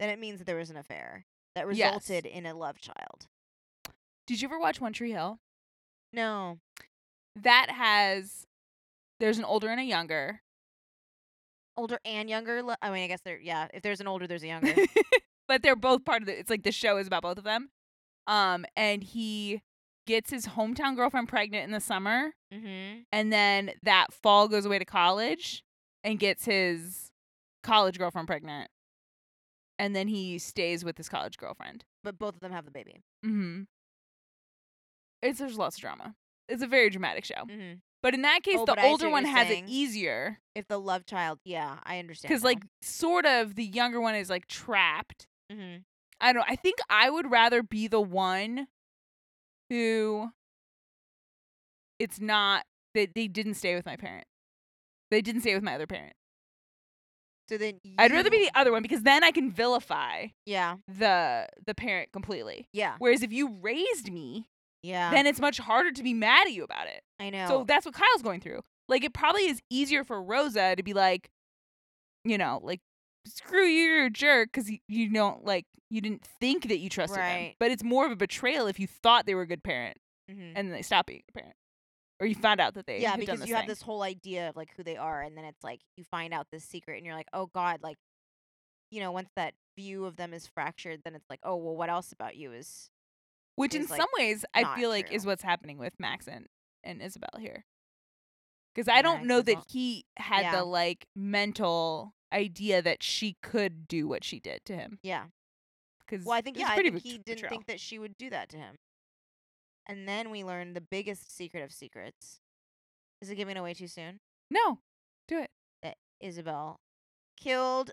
S2: Then it means that there was an affair that resulted in a love child.
S1: Did you ever watch One Tree Hill?
S2: No.
S1: That has there's an older and a younger.
S2: older and younger. lo- I mean, I guess there. Yeah, if there's an older, there's a younger.
S1: but they're both part of the it's like the show is about both of them um and he gets his hometown girlfriend pregnant in the summer
S2: mm-hmm.
S1: and then that fall goes away to college and gets his college girlfriend pregnant and then he stays with his college girlfriend
S2: But both of them have the baby.
S1: mm-hmm It's there's lots of drama. It's a very dramatic show.
S2: Mhm.
S1: But in that case,
S2: Oh, but
S1: the
S2: I see
S1: older
S2: what
S1: one
S2: you're
S1: has
S2: saying.
S1: it easier
S2: If the love child, yeah, I understand.
S1: because, like, sort of the younger one is like trapped.
S2: mm-hmm.
S1: I don't. I think I would rather be the one who it's not that they didn't stay with my parent. They didn't stay with my other parent.
S2: so then
S1: I'd rather be
S2: you-
S1: the other one because then I can vilify
S2: yeah,
S1: the the parent completely.
S2: yeah,
S1: Whereas if you raised me,
S2: Uh-huh. yeah.
S1: then it's much harder to be mad at you about it.
S2: I know.
S1: So that's what Kyle's going through. Like it probably is easier for Rosa to be like, you know, like screw you, you're a jerk because you, you don't like you didn't think that you trusted them.
S2: Right.
S1: But it's more of a betrayal if you thought they were a good parent
S2: Mhm.
S1: and then they stop being a good parent, or you found out that they
S2: yeah,
S1: have
S2: because
S1: done this
S2: you have
S1: thing.
S2: this whole idea of like who they are, and then it's like you find out this secret, and you're like, oh god, like, you know, once that view of them is fractured, then it's like, oh well, what else about you is
S1: which in
S2: is, like,
S1: some ways I
S2: not
S1: feel like is
S2: true.
S1: what's happening with Max and, and Isabel here. Because I don't
S2: Max
S1: know
S2: is
S1: that
S2: all-
S1: he had
S2: Yeah.
S1: the like mental idea that she could do what she did to him.
S2: yeah.
S1: Because
S2: Well, I think
S1: it's
S2: yeah, I
S1: pretty
S2: think
S1: bet-
S2: he didn't
S1: betrayal.
S2: think that she would do that to him. And then we learned the biggest secret of secrets. Is it giving away too soon?
S1: No, do it.
S2: That Isabel killed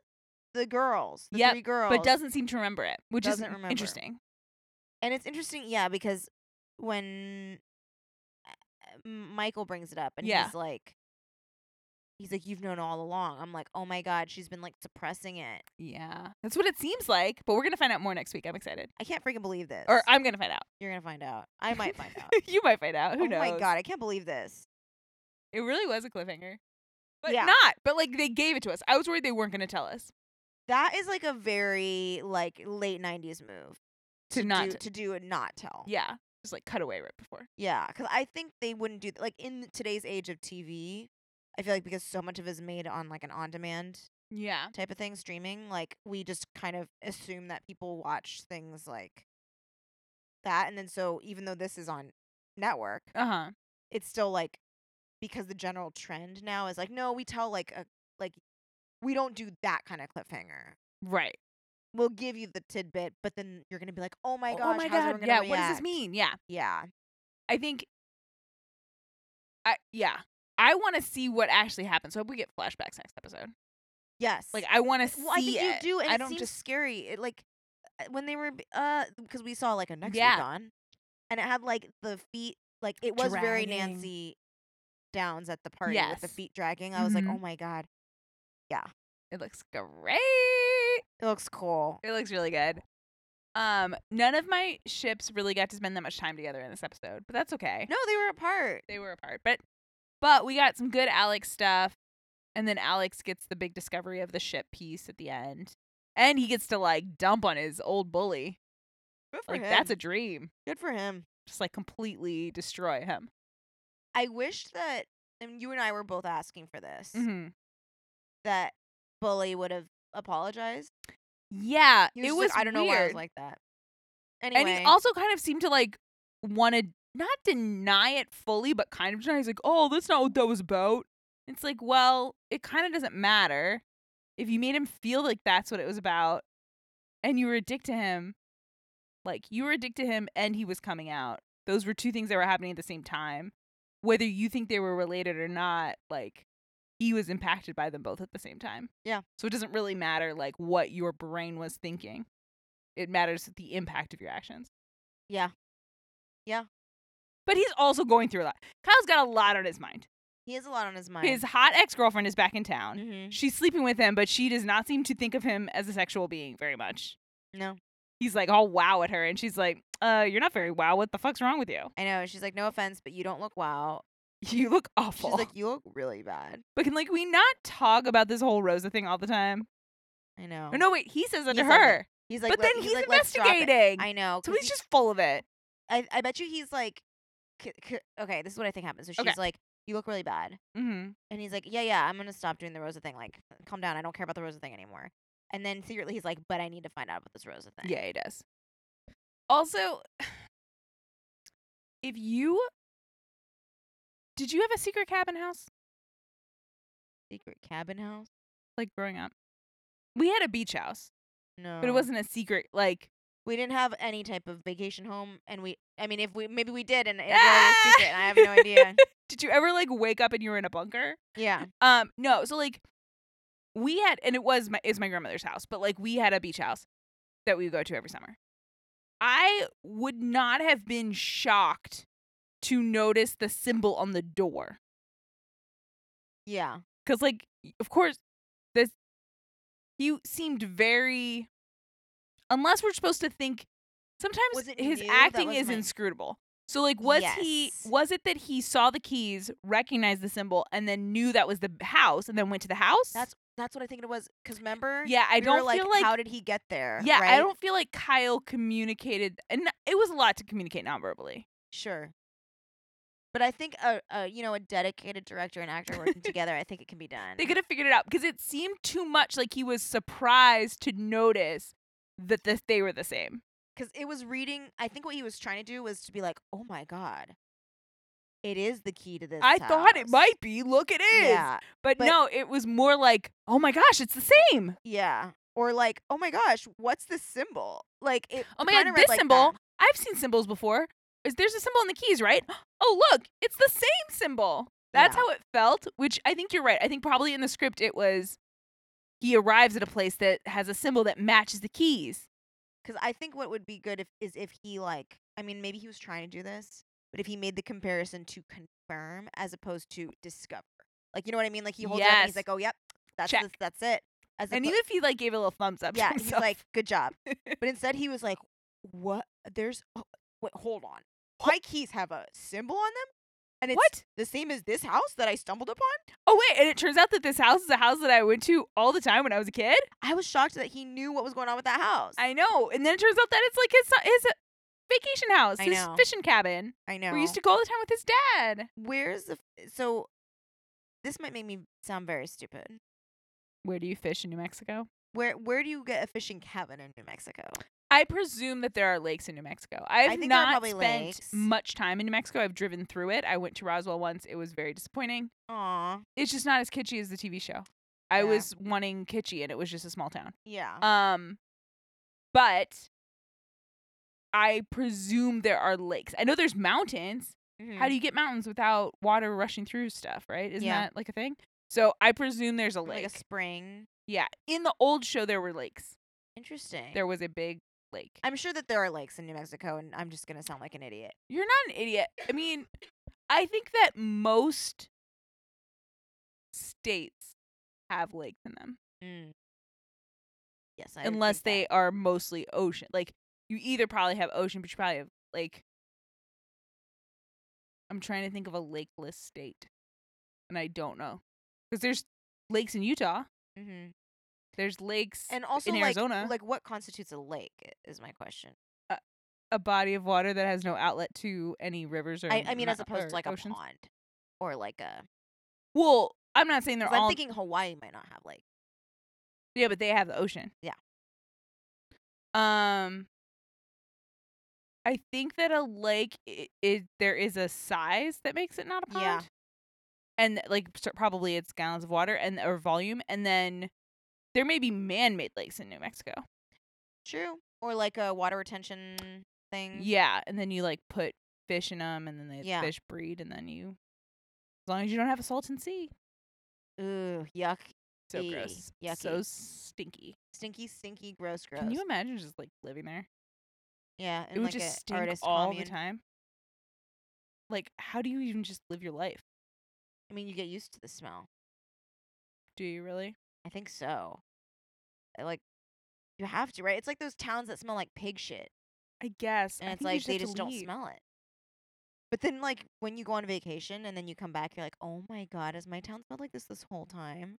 S2: the girls, the
S1: Yep,
S2: three girls.
S1: but doesn't seem to remember it, which is
S2: Doesn't remember.
S1: interesting.
S2: and it's interesting, yeah, because when uh, M- Michael brings it up and
S1: Yeah.
S2: he's like, he's like, you've known all along. I'm like, oh my god, she's been like suppressing it.
S1: Yeah, that's what it seems like. But we're gonna find out more next week. I'm excited,
S2: I can't freaking believe this.
S1: or I'm gonna find out.
S2: you're gonna find out. I might find out.
S1: you might find out. Who
S2: oh
S1: knows?
S2: my god, I can't believe this.
S1: it really was a cliffhanger, but
S2: Yeah.
S1: not. But like they gave it to us. I was worried they weren't gonna tell us
S2: That is like a very like late '90s move
S1: to, not.
S2: do, to do and not tell.
S1: yeah, just like cut away right before.
S2: yeah, because I think they wouldn't do th- like in today's age of TV. I feel like because so much of it is made on like an on-demand
S1: Yeah,
S2: type of thing, streaming. Like we just kind of assume that people watch things like that, and then so even though this is on network,
S1: uh huh.
S2: it's still like because the general trend now is like no, we tell like a like we don't do that kind of cliffhanger.
S1: Right.
S2: We'll give you the tidbit, but then you're gonna be like, oh my
S1: Oh-
S2: gosh,
S1: oh my
S2: how's
S1: god.
S2: everyone gonna
S1: Yeah. What does this
S2: react?
S1: mean? Yeah.
S2: Yeah.
S1: I think. I yeah. I want to see what actually happens. So I hope we get flashbacks next episode.
S2: Yes.
S1: Like I want to see.
S2: well, I think
S1: it.
S2: you do, and
S1: I
S2: it
S1: don't
S2: seems
S1: just
S2: scary. It like uh, when they were b- uh because we saw like a next
S1: Yeah.
S2: week on, and it had like the feet like it was very
S1: Dragging.
S2: Nancy Downs at the party with the
S1: Yes.
S2: feet dragging. I was like,
S1: Mhm.
S2: oh my god,
S1: It looks great.
S2: it looks cool.
S1: It looks really good. Um, none of my ships really got to spend that much time together in this episode, but that's okay.
S2: No, they were apart.
S1: They were apart, but but we got some good Alex stuff, and then Alex gets the big discovery of the ship piece at the end, and he gets to like dump on his old bully.
S2: Good
S1: Like that's a dream.
S2: good for him.
S1: Just like completely destroy him.
S2: I wish that, and you and I were both asking for this
S1: Mm-hmm.
S2: that Bully would have apologized.
S1: Yeah,
S2: He was
S1: it
S2: just
S1: was.
S2: like, I don't know why I was
S1: weird.
S2: like that. Anyway,
S1: And he also kind of seemed to like want to not deny it fully, but kind of deny. He's like, "Oh, that's not what that was about." It's like, well, it kind of doesn't matter if you made him feel like that's what it was about, and you were a dick to him. Like you were a dick to him, and he was coming out. Those were two things that were happening at the same time. Whether you think they were related or not, like he was impacted by them both at the same time.
S2: Yeah.
S1: So it doesn't really matter like what your brain was thinking. It matters the impact of your actions.
S2: yeah,
S1: But he's also going through a lot. Kyle's got a lot on his mind.
S2: he has a lot on his mind.
S1: His hot ex girlfriend is back in town.
S2: hmm
S1: She's sleeping with him, but she does not seem to think of him as a sexual being very much.
S2: No,
S1: He's like all wow at her, and she's like, "Uh, you're not very wow. What the fuck's wrong with you?
S2: I know. She's like, no offense, but you don't look wow.
S1: You look awful."
S2: She's like, you look really bad.
S1: "But can like we not talk about this whole Rosa thing all the time?"
S2: I know.
S1: Or no, wait, he says that
S2: He
S1: to
S2: said
S1: her,
S2: he's like,
S1: but
S2: "Let-
S1: then he's,
S2: like, "Let's drop it."
S1: investigating,
S2: I know.
S1: so
S2: 'cause
S1: he's
S2: he-
S1: just full of it.
S2: I, I bet you he's like, c- c- okay, this is what I think happened. So she's
S1: Okay.
S2: like, you look really bad,
S1: Mm-hmm.
S2: and he's like, yeah, yeah, I'm gonna stop doing the Rosa thing. Like, calm down. I don't care about the Rosa thing anymore. And then secretly he's like, but I need to find out about this Rosa thing.
S1: Yeah, he does. Also, if you did you have a secret cabin house
S2: Secret cabin house.
S1: like growing up? We had a beach house,
S2: No.
S1: but it wasn't a secret. Like
S2: We didn't have any type of vacation home, and we. I mean, if we maybe we did, and it really is secret, and I have no idea.
S1: Did you ever like wake up and you were in a bunker?
S2: Yeah.
S1: Um, no. So like, we had, and it was my is my grandmother's house, but like we had a beach house that we would go to every summer. I would not have been shocked to notice the symbol on the door
S2: Yeah.
S1: because like y- of course this he seemed very unless we're supposed to think sometimes
S2: Was it
S1: his
S2: new? That
S1: acting
S2: was
S1: is
S2: my-
S1: inscrutable so like was he
S2: Yes.
S1: was it that he saw the keys recognized the symbol and then knew that was the b- house and then went to the house
S2: That's that's what I think it was. Cause remember,
S1: yeah i
S2: we were
S1: don't
S2: like,
S1: feel like
S2: how did he get there?
S1: yeah i
S2: right?
S1: don't feel like kyle communicated and it was a lot to communicate nonverbally
S2: Sure. But I think a, a you know a dedicated director and actor working together, I think it can be done.
S1: they could have figured it out because it seemed too much like he was surprised to notice that the, they were the same
S2: Because it was reading. I think what he was trying to do was to be like, oh my god, it is the key to this.
S1: I thought it
S2: house."
S1: might be. Look, it is.
S2: Yeah,
S1: but,
S2: but-
S1: no, it was more like, oh my gosh, it's the same.
S2: yeah. Or like, oh my gosh, what's this symbol? Like, it
S1: Oh my
S2: kinda
S1: god,
S2: read
S1: this
S2: like
S1: symbol.
S2: that.
S1: I've seen symbols before. Is there's a symbol on the keys, right? Oh look, it's the same symbol. That's
S2: Yeah.
S1: how it felt. Which I think you're right. I think probably in the script it was he arrives at a place that has a symbol that matches the keys.
S2: Because I think what would be good if, is if he like, I mean, maybe he was trying to do this, but if he made the comparison to confirm as opposed to discover, like you know what I mean? Like he holds it up and
S1: Yes.
S2: he's like, oh yep, that's
S1: Check.
S2: this, that's it. As
S1: And
S2: oppo-
S1: even if he like gave a little thumbs up, to
S2: yeah, he's
S1: himself.
S2: like, good job. But instead, he was like, what? There's oh, wait, hold on. My keys have a symbol on them, and it's
S1: what?
S2: the same as this house that I stumbled upon.
S1: Oh wait, and it turns out that this house is a house that I went to all the time when I was a kid.
S2: I was shocked that he knew what was going on with that house.
S1: I know. And then it turns out that it's like his so- his uh, vacation house,
S2: I
S1: his
S2: know.
S1: fishing cabin.
S2: I know.
S1: where he used to go all the time with his dad.
S2: Where's the f- so? This might make me sound very stupid.
S1: Where do you fish in New Mexico?
S2: Where where do you get a fishing cabin in New Mexico?
S1: I presume that there are lakes in New Mexico. I've
S2: think there are
S1: not
S2: probably
S1: spent
S2: lakes.
S1: much time in New Mexico. I've driven through it. I went to Roswell once. It was very disappointing.
S2: Aw,
S1: It's just not as kitschy as the TV show. I
S2: Yeah.
S1: was wanting kitschy and it was just a small town.
S2: yeah.
S1: Um but I presume there are lakes. I know there's mountains. How do you get mountains without water rushing through stuff, right? Isn't
S2: Hmm. Yeah.
S1: that like a thing? So I presume there's a lake.
S2: like a spring?
S1: yeah. In the old show there were lakes.
S2: Interesting.
S1: There was a big lake.
S2: I'm sure that there are lakes in New Mexico, and I'm just gonna sound like an idiot.
S1: You're not an idiot. I mean, I think that most states have lakes in them.
S2: Mm. Yes, I would
S1: unless
S2: think that.
S1: they are mostly ocean. Like you either probably have ocean, but you probably have like I'm trying to think of a lakeless state, and I don't know because there's lakes in Utah.
S2: Mm-hmm.
S1: There's lakes
S2: And also,
S1: in
S2: like,
S1: Arizona.
S2: like what constitutes a lake i- is my question.
S1: a body of water that has no outlet to any rivers or
S2: I, I mean, as
S1: mou-
S2: opposed to
S1: or
S2: like
S1: oceans.
S2: a pond or like a.
S1: Well, I'm not saying
S2: 'cause
S1: they're
S2: I'm
S1: all
S2: thinking Hawaii might not have like.
S1: Yeah, but they have the ocean.
S2: Yeah.
S1: Um I think that a lake i i there is a size that makes it not a pond.
S2: Yeah.
S1: And th- like so probably it's gallons of water and or volume and then there may be man-made lakes in New Mexico.
S2: True. Or like a water retention thing.
S1: Yeah, and then you like put fish in them and then the
S2: Mm. Yeah.
S1: fish breed and then you as long as you don't have a Salton Sea.
S2: Ooh, yuck.
S1: So
S2: Ew,
S1: gross. So
S2: E, yucky.
S1: stinky.
S2: Stinky, stinky, gross, gross.
S1: Can you imagine just like living there?
S2: yeah,
S1: it
S2: and
S1: would
S2: like
S1: just
S2: a
S1: stink
S2: artist
S1: all
S2: commune.
S1: the time. Like, how do you even just live your life?
S2: I mean, you get used to the smell.
S1: Do you really?
S2: I think so. I, Like, you have to, right? It's like those towns that smell like pig shit.
S1: I guess.
S2: and it's like they just don't smell it. But then, like when you go on vacation and then you come back, you're like, "Oh my god, has my town smelled like this this whole time?"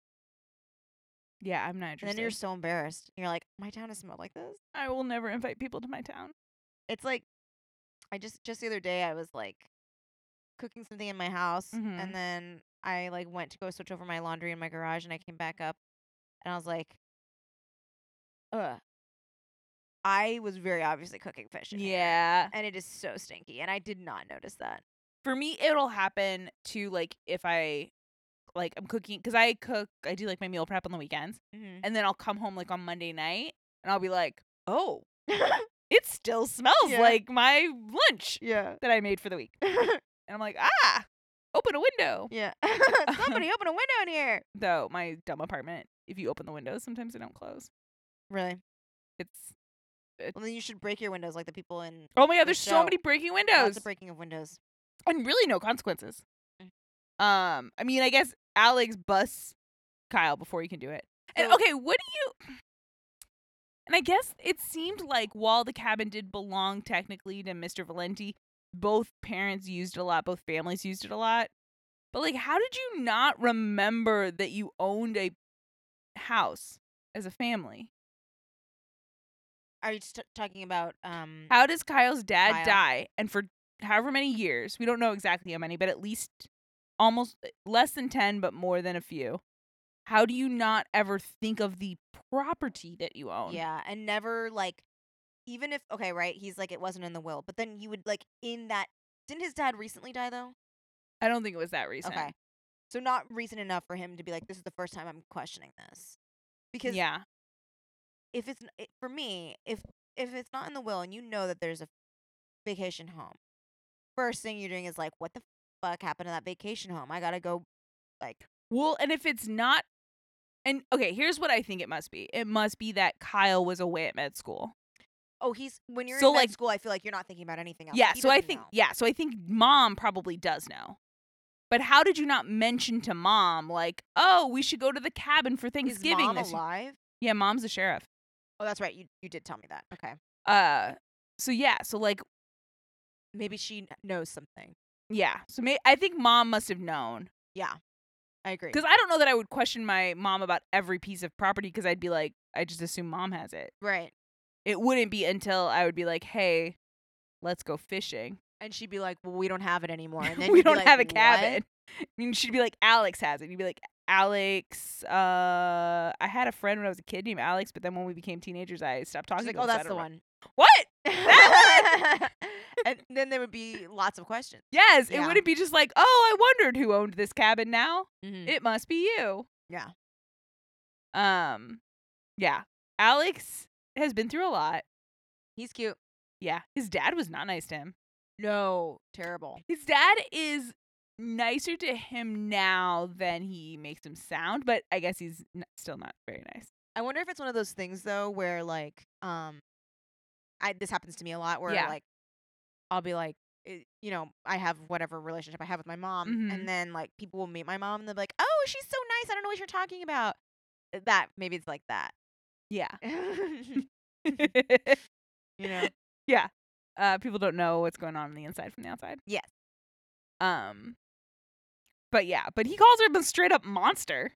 S1: Yeah, I'm not
S2: And
S1: interested.
S2: then you're so embarrassed. You're like, "My town has smelled like this."
S1: I will never invite people to my town.
S2: It's like I just just the other day I was like cooking something in my house,
S1: Mhm.
S2: and then I like went to go switch over my laundry in my garage, and I came back up, and I was like, "Ugh." I was very obviously cooking fish. in here,
S1: Yeah.
S2: And it is so stinky, and I did not notice that.
S1: For me, it'll happen to like if I like I'm cooking because I cook. I do like my meal prep on the weekends,
S2: Mm-hmm.
S1: and then I'll come home like on Monday night, and I'll be like, oh, it still smells
S2: Yeah.
S1: like my lunch
S2: Yeah.
S1: that I made for the week. And I'm like, ah, open a window.
S2: yeah. Somebody open a window in here.
S1: Though my dumb apartment, if you open the windows, sometimes they don't close.
S2: Really?
S1: It's
S2: Well, then you should break your windows like the people in
S1: oh my god,
S2: Good
S1: there's so
S2: show.
S1: many breaking
S2: lots
S1: windows
S2: of breaking of windows.
S1: and really no consequences.
S2: Mm.
S1: Um, I mean, I guess Alex busts Kyle before he can do it. And
S2: So-
S1: okay, what do you? And I guess it seemed like while the cabin did belong technically to Mr. Valenti, both parents used it a lot, both families used it a lot. But like, how did you not remember that you owned a house as a family?
S2: Are you just t- talking about um?
S1: How does Kyle's dad
S2: Kyle.
S1: die? And for however many years, we don't know exactly how many, but at least almost eh, less than 10, but more than a few. How do you not ever think of the property that you own?
S2: Yeah, and never like, even if okay, right? He's like, it wasn't in the will, but then you would like in that. Didn't his dad recently die though?
S1: I don't think it was that recent.
S2: Okay, so not recent enough for him to be like, this is the first time I'm questioning this, because
S1: Yeah.
S2: if it's n- it, for me, if if it's not in the will and you know that there's a vacation home, first thing you're doing is like, what the fuck happened to that vacation home? I gotta go, like,
S1: Well, and if it's not, and okay, here's what I think it must be. It must be that Kyle was away at med school.
S2: oh, he's when you're
S1: So,
S2: in med
S1: like-
S2: school, I feel like you're not thinking about anything else.
S1: yeah.
S2: He
S1: So I
S2: doesn't
S1: think,
S2: know.
S1: yeah. So I think mom probably does know. But how did you not mention to mom, like, oh, we should go to the cabin for
S2: Is
S1: Thanksgiving
S2: mom
S1: this year?
S2: alive?
S1: Yeah, mom's the sheriff.
S2: Oh, that's right. You you did tell me that. Okay.
S1: Uh, so yeah, so like,
S2: Maybe she kn- knows something.
S1: yeah, so may- I think mom must have known
S2: Yeah, I agree.
S1: because I don't know that I would question my mom about every piece of property because I'd be like, I just assume mom has it.
S2: Right.
S1: It wouldn't be until I would be like, hey, let's go fishing.
S2: And she'd be like, "Well, we don't have it anymore." And then
S1: we
S2: you'd be
S1: don't
S2: like,
S1: have a
S2: "What?"
S1: cabin. I mean, she'd be like, Alex has it. You'd be like, Alex. Uh, I had a friend when I was a kid named Alex, but then when we became teenagers, I stopped talking.
S2: She's like,
S1: to
S2: "Oh,
S1: him, so I
S2: that's the
S1: don't know."
S2: one."
S1: What?
S2: and then there would be lots of questions.
S1: Yes, it
S2: Yeah.
S1: wouldn't be just like, oh, I wondered who owned this cabin now.
S2: Mm-hmm.
S1: it must be you.
S2: Yeah.
S1: Um, yeah. Alex has been through a lot.
S2: He's cute.
S1: Yeah. His dad was not nice to him.
S2: No, terrible.
S1: His dad is nicer to him now than he makes him sound, but I guess he's n- still not very nice.
S2: I wonder if it's one of those things though, where like, um, I this happens to me a lot, where
S1: Yeah.
S2: like, I'll be like, i- you know, I have whatever relationship I have with my mom,
S1: Mhm.
S2: and then like people will meet my mom and they're like, oh, she's so nice. I don't know what you're talking about. Uh, That maybe it's like that.
S1: Yeah.
S2: you know.
S1: yeah. Uh, people don't know what's going on on the inside from the outside.
S2: Yes.
S1: Um, but yeah, but he calls her a straight up monster.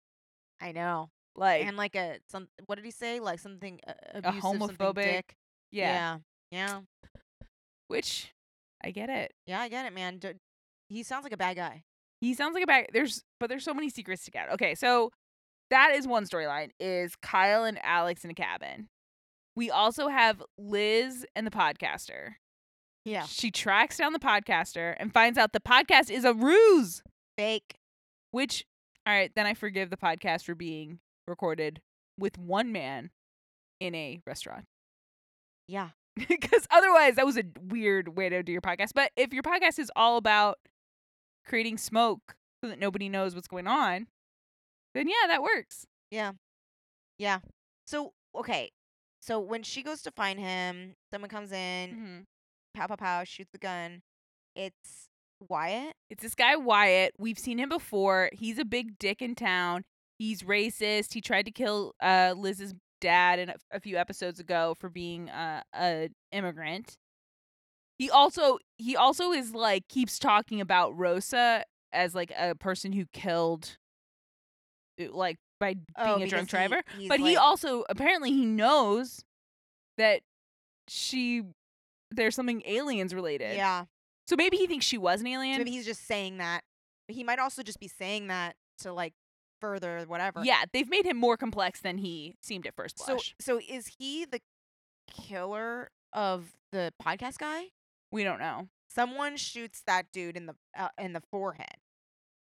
S2: I know.
S1: Like,
S2: And like a some. What did he say? Like something uh,
S1: A
S2: abusive, something
S1: homophobic-
S2: dick.
S1: yeah.
S2: Yeah. Yeah.
S1: Which I get it.
S2: Yeah, I get it, man. D- he sounds like a bad guy.
S1: He sounds like a bad. There's but there's so many secrets to get. Okay, so that is one storyline is Kyle and Alex in a cabin. We also have Liz and the podcaster.
S2: Yeah.
S1: She tracks down the podcaster and finds out the podcast is a ruse,
S2: Fake.
S1: which all right, then I forgive the podcast for being recorded with one man in a restaurant.
S2: Yeah.
S1: because otherwise that was a weird way to do your podcast. But if your podcast is all about creating smoke so that nobody knows what's going on, then yeah, that works.
S2: Yeah. So okay. So when she goes to find him, someone comes in,
S1: Mm-hmm.
S2: pow pow pow, shoots the gun. It's Wyatt.
S1: It's this guy Wyatt. We've seen him before. He's a big dick in town. He's racist. He tried to kill uh, Liz's dad in a, a few episodes ago for being uh, a immigrant. He also he also is like keeps talking about Rosa as like a person who killed, uh, like by being a drunk
S2: Oh, because he-
S1: driver.
S2: he's
S1: but he
S2: like-
S1: also apparently he knows that she there's something aliens related.
S2: Yeah.
S1: So maybe he thinks she was an alien.
S2: So maybe he's just saying that. But he might also just be saying that to like further whatever.
S1: Yeah, they've made him more complex than he seemed at first
S2: So
S1: blush.
S2: so is he the killer of the podcast guy?
S1: we don't know.
S2: Someone shoots that dude in the uh, in the forehead.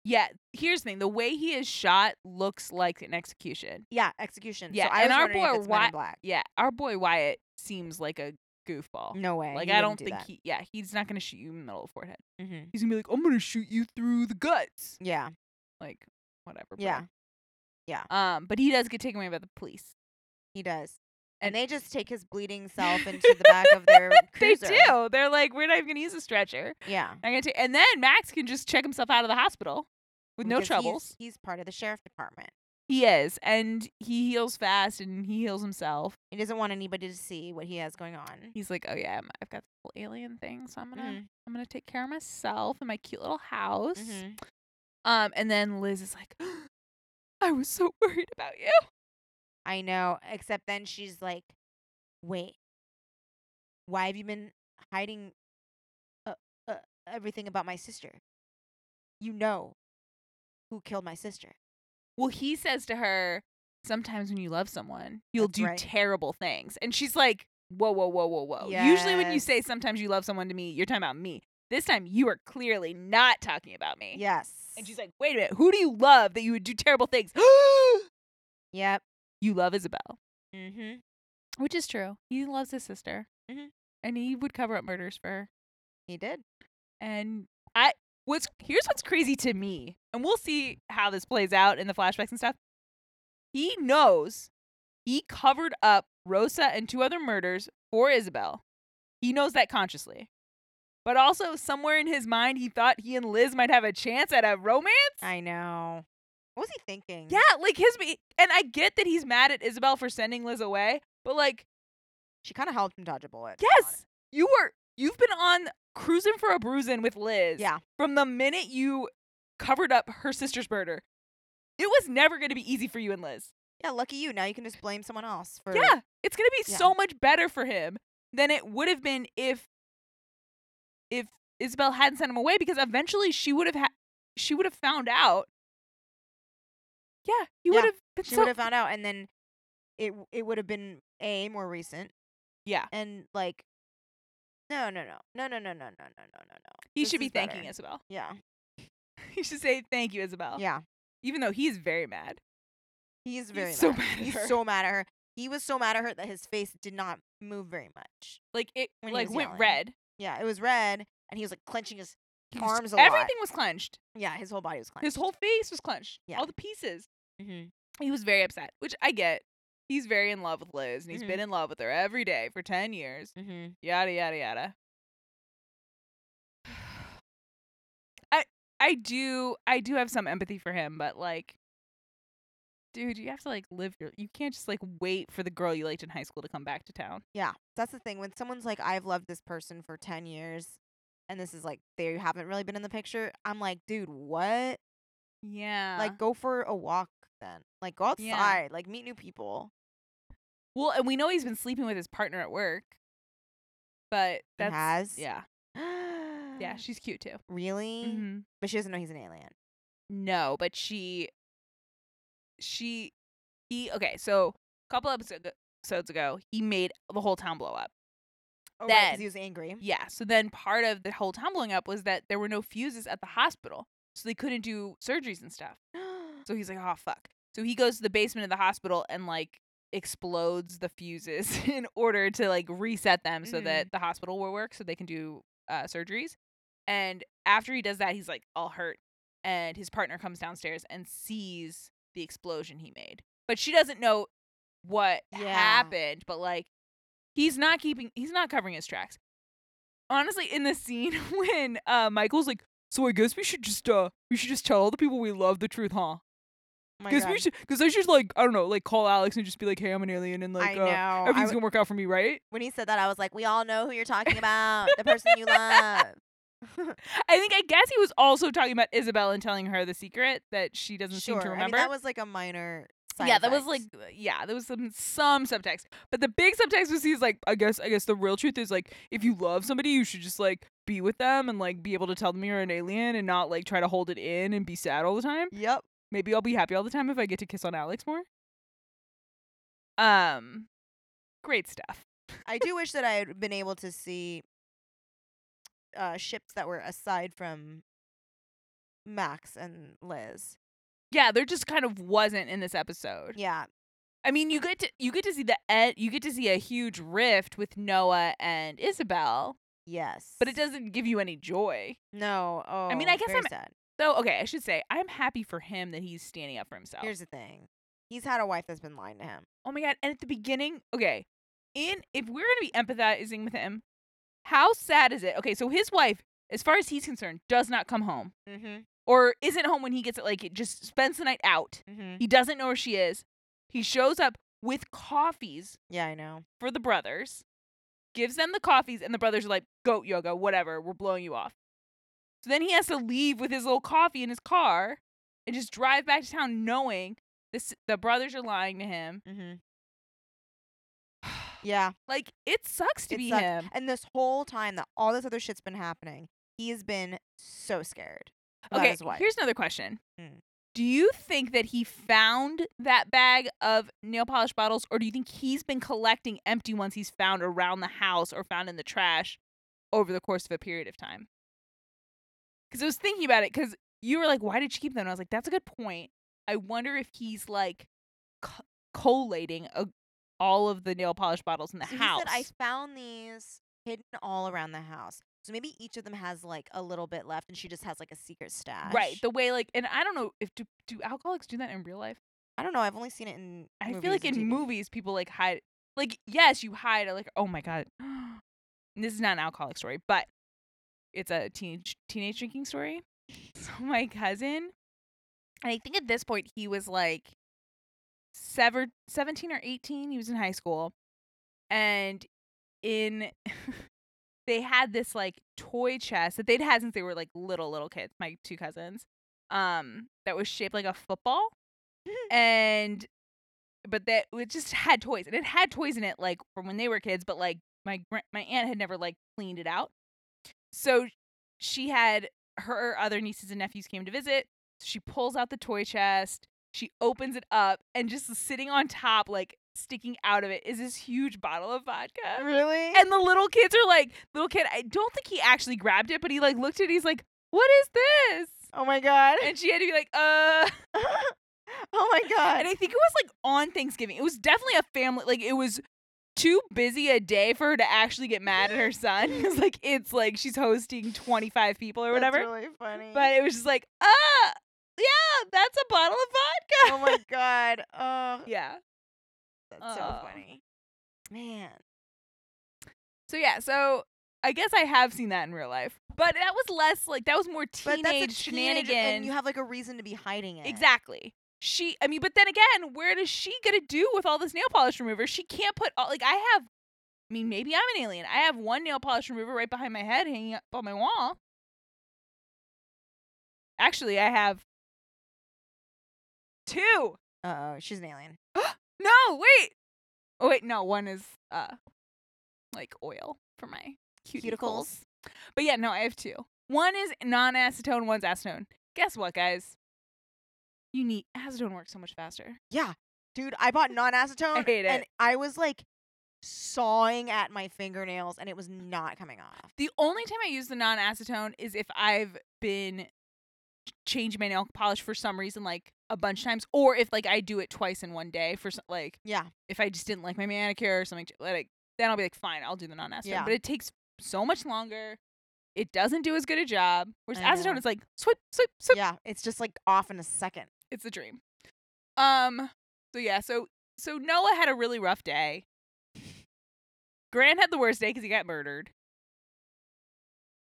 S1: Yeah, here's the thing: the way he is shot looks like an execution.
S2: Yeah, execution.
S1: Yeah,
S2: so I
S1: and
S2: was
S1: our
S2: wondering if
S1: boy
S2: it's Men in
S1: Wy-
S2: black.
S1: Yeah, our boy Wyatt seems like a goofball.
S2: No way.
S1: like
S2: he
S1: I don't
S2: wouldn't do
S1: think
S2: that.
S1: he. Mm-hmm. Yeah, he's not gonna shoot you in the middle of the forehead.
S2: Mhm.
S1: He's gonna be like, I'm gonna shoot you through the guts.
S2: Yeah.
S1: Like whatever. bro.
S2: Yeah.
S1: Um, but he does get taken away by the police.
S2: He does.
S1: And-
S2: And they just take his bleeding self into the back of their cruiser.
S1: They do. They're like, we're not even gonna use a stretcher.
S2: Yeah.
S1: I'm gonna take, and then Max can just check himself out of the hospital with no
S2: because he's-
S1: troubles.
S2: He's, part of the sheriff department.
S1: He is, and he heals fast, and he heals himself.
S2: He doesn't want anybody to see what he has going on.
S1: He's like, oh yeah, I'm- I've got this whole alien thing, so I'm gonna,
S2: Mhm,
S1: I'm gonna take care of myself in my cute little house.
S2: mhm.
S1: Um, and then Liz is like, I was so worried about you.
S2: I know. Except then she's like, "Wait, why have you been hiding uh, uh, everything about my sister? You know who killed my sister."
S1: Well, he says to her, sometimes when you love someone, you'll
S2: That's
S1: do
S2: right.
S1: terrible things. And she's like, whoa, whoa, whoa, whoa, whoa. Usually when you
S2: Yes.
S1: say sometimes you love someone to me, you're talking about me. This time you are clearly not talking about me.
S2: Yes.
S1: Eh, And she's like, wait a minute, who do you love that you would do terrible things?
S2: "Yep."
S1: you love Isabel.
S2: Mm-hmm.
S1: Which is true. He loves his sister.
S2: Mhm.
S1: And he would cover up murders for her.
S2: He did.
S1: And I what's here's what's crazy to me, and we'll see how this plays out in the flashbacks and stuff. He knows he covered up Rosa and two other murders for Isabel. He knows that consciously. But also somewhere in his mind he thought he and Liz might have a chance at a romance.
S2: I know. What was he thinking?
S1: Yeah, like his be- and I get that he's mad at Isabel for sending Liz away, but like,
S2: She kind of helped him dodge a bullet. to be honest.
S1: yes, you were you've been on cruising for a bruising with Liz.
S2: Yeah.
S1: from the minute you covered up her sister's murder, it was never going to be easy for you and Liz.
S2: Yeah, lucky you. Now you can just blame someone else for
S1: Yeah, it's going to be
S2: Yeah.
S1: so much better for him than it would have been if if Isabel hadn't sent him away because eventually she would have ha- she would have found out. Yeah, he
S2: Yeah,
S1: would have been
S2: She
S1: so
S2: would have found out, and then it w- it would have been a more recent.
S1: Yeah.
S2: and like, no, no, no, no, no, no, no, no, no, no, no, no.
S1: he
S2: this
S1: should be
S2: is
S1: thanking
S2: better.
S1: Isabel.
S2: Yeah,
S1: He should say thank you Isabel.
S2: yeah.
S1: Even though he's very mad.
S2: He's very
S1: so
S2: mad.
S1: mad at
S2: He's
S1: her.
S2: so mad at her. He was so mad at her that his face did not move very much.
S1: Like it
S2: When he
S1: like
S2: was
S1: went
S2: yelling.
S1: red.
S2: Yeah, it was red, and he was like clenching his.
S1: He was-
S2: Arms a lot.
S1: everything was clenched.
S2: Yeah, his whole body was clenched.
S1: His whole face was clenched.
S2: Yeah.
S1: All the pieces.
S2: Mm-hmm.
S1: he was very upset, which I get. He's very in love with Liz, and he's
S2: Mhm.
S1: been in love with her every day for ten years.
S2: Mm-hmm.
S1: Yada yada yada. I I do I do have some empathy for him, but like, dude, you have to like live your. You can't just like wait for the girl you liked in high school to come back to town.
S2: Yeah, that's the thing. When someone's like, I've loved this person for 10 years, and this is like, they haven't really been in the picture, I'm like, dude, what?
S1: Yeah. Like,
S2: Like, go for a walk then. Like, go outside.
S1: Yeah.
S2: Like, meet new people.
S1: well, and we know he's been sleeping with his partner at work, but
S2: He
S1: that's
S2: has. Ah.
S1: yeah, yeah. She's cute too.
S2: really?
S1: Mm-hmm.
S2: But she doesn't know he's an alien.
S1: No, but she she he okay, so a couple episo- episodes ago, he made the whole town blow up.
S2: Oh,
S1: right, 'cause
S2: Because
S1: he
S2: he was angry.
S1: Yeah. So then part of the whole town blowing up was that there were no fuses at the hospital. So they couldn't do surgeries and stuff. So he's like, Oh fuck. So he goes to the basement of the hospital and like explodes the fuses in order to like reset them so that the hospital will work so they can do uh, surgeries. And after he does that, he's like all hurt. And his partner comes downstairs and sees the explosion he made. But she doesn't know what
S2: Yeah.
S1: happened, but like he's not keeping he's not covering his tracks. Honestly, in the scene when uh Michael's like, so I guess we should just uh we should just tell all the people we love the truth, huh?
S2: Oh my
S1: Because
S2: God.
S1: we should, because I should like I don't know, like call Alex and just be like, hey, I'm an alien, and
S2: I
S1: like
S2: know.
S1: uh,
S2: I
S1: everything's
S2: w-
S1: gonna work out for me, right?
S2: when he said that, I was like, we all know who you're talking about. the person you love.
S1: I think I guess he was also talking about Isabel and telling her the secret that she doesn't
S2: sure.
S1: seem to
S2: I mean,
S1: remember.
S2: that was like a minor side
S1: yeah, that was like uh,
S2: effect.
S1: yeah, there was some some subtext, but the big subtext was he's like, I guess I guess the real truth is like if you love somebody, you should just like be with them and like be able to tell them you're an alien and not like try to hold it in and be sad all the time.
S2: Yep.
S1: Maybe I'll be happy all the time if I get to kiss on Alex more. Um, great stuff.
S2: I do wish that I had been able to see uh, ships that were aside from Max and Liz.
S1: Yeah, there just kind of wasn't in this episode.
S2: Yeah.
S1: I mean, you get to you get to see the ed- you get to see a huge rift with Noah and Isabel,
S2: Yes.
S1: but it doesn't give you any joy.
S2: No. Oh.
S1: mean, I guess
S2: very
S1: I'm-
S2: sad.
S1: So, okay, I should say I'm happy for him that he's standing up for himself.
S2: Here's the thing. He's had a wife that's been lying to him.
S1: oh my god! And at the beginning, okay, in if we're gonna be empathizing with him, how sad is it? Okay, so his wife, as far as he's concerned, does not come home
S2: Mm-hmm.
S1: or isn't home when he gets it. Like, it just spends the night out.
S2: Mm-hmm.
S1: He doesn't know where she is. He shows up with coffees
S2: Yeah, I know.
S1: for the brothers, gives them the coffees, and the brothers are like, goat yoga, whatever, we're blowing you off. So then he has to leave with his little coffee in his car and just drive back to town knowing this the brothers are lying to him.
S2: Mm-hmm. Yeah.
S1: Like it sucks to
S2: It
S1: be
S2: sucks.
S1: him.
S2: And this whole time that all this other shit's been happening, he has been so scared about
S1: okay,
S2: his wife.
S1: here's another question.
S2: Mm.
S1: Do you think that he found that bag of nail polish bottles or do you think he's been collecting empty ones he's found around the house or found in the trash over the course of a period of time? Cuz I was thinking about it cuz you were like why did she keep them? And I was like that's a good point. I wonder if he's like co- collating a- all of the nail polish bottles in the
S2: so
S1: house.
S2: He said, I found these hidden all around the house. So maybe each of them has like a little bit left, and she just has like a secret stash.
S1: right, the way like and I don't know if do, do alcoholics do that in real life?
S2: I don't know. I've only seen it in.
S1: I
S2: movies
S1: feel like in
S2: and TV.
S1: movies, people like hide. Like, yes, you hide. Like, oh my god, this is not an alcoholic story, but it's a teenage teenage drinking story. So my cousin, and I think at this point he was like sever- 17 or eighteen. He was in high school, and in they had this like toy chest that they'd had since they were like little little kids. My two cousins, um, that was shaped like a football, and but that it just had toys and it had toys in it like from when they were kids but like my gr- my aunt had never like cleaned it out so she had her other nieces and nephews came to visit so she pulls out the toy chest she opens it up and just sitting on top like sticking out of it is this huge bottle of vodka
S2: Really?
S1: and the little kids are like little kid i don't think he actually grabbed it but he like looked at it he's like what is this
S2: oh my god.
S1: and she had to be like uh
S2: oh my god.
S1: and I think it was like on Thanksgiving. It was definitely a family. Like it was too busy a day for her to actually get mad at her son. Because like it's like she's hosting twenty five people or whatever.
S2: That's really funny.
S1: But it was just like ah, yeah, that's a bottle of vodka.
S2: oh my god. Oh,
S1: yeah.
S2: that's
S1: Oh.
S2: so funny. Man.
S1: So yeah. So I guess I have seen that in real life, but that was less like that was more teenage
S2: but that's a
S1: shenanigans.
S2: teenager, and you have like a reason to be hiding it.
S1: Exactly. She, I mean, but then again, where does she gonna do with all this nail polish remover? She can't put all like I have. I mean, maybe I'm an alien. I have one nail polish remover right behind my head, hanging up on my wall. Actually, I have two.
S2: Uh oh, she's an alien.
S1: No, wait. Oh wait, no. One is uh, like oil for my cuticles.
S2: Cuticles.
S1: But yeah, no, I have two. One is non-acetone. One's acetone. Guess what, guys? You need acetone works so much faster.
S2: Yeah, dude, I bought non-acetone
S1: I hate
S2: and
S1: it.
S2: I was like sawing at my fingernails and it was not coming off.
S1: The only time I use the non acetone is if I've been ch- changing my nail polish for some reason, like a bunch of times, or if like I do it twice in one day for some, like
S2: Yeah.
S1: if I just didn't like my manicure or something, like then I'll be like, fine, I'll do the non acetone.
S2: Yeah.
S1: But it takes so much longer. It doesn't do as good a job. Whereas
S2: I
S1: acetone
S2: know.
S1: is like swipe, swipe, swipe.
S2: yeah, it's just like off in a second.
S1: It's a dream. Um. So yeah. So so Noah had a really rough day. Grant had the worst day because he got murdered.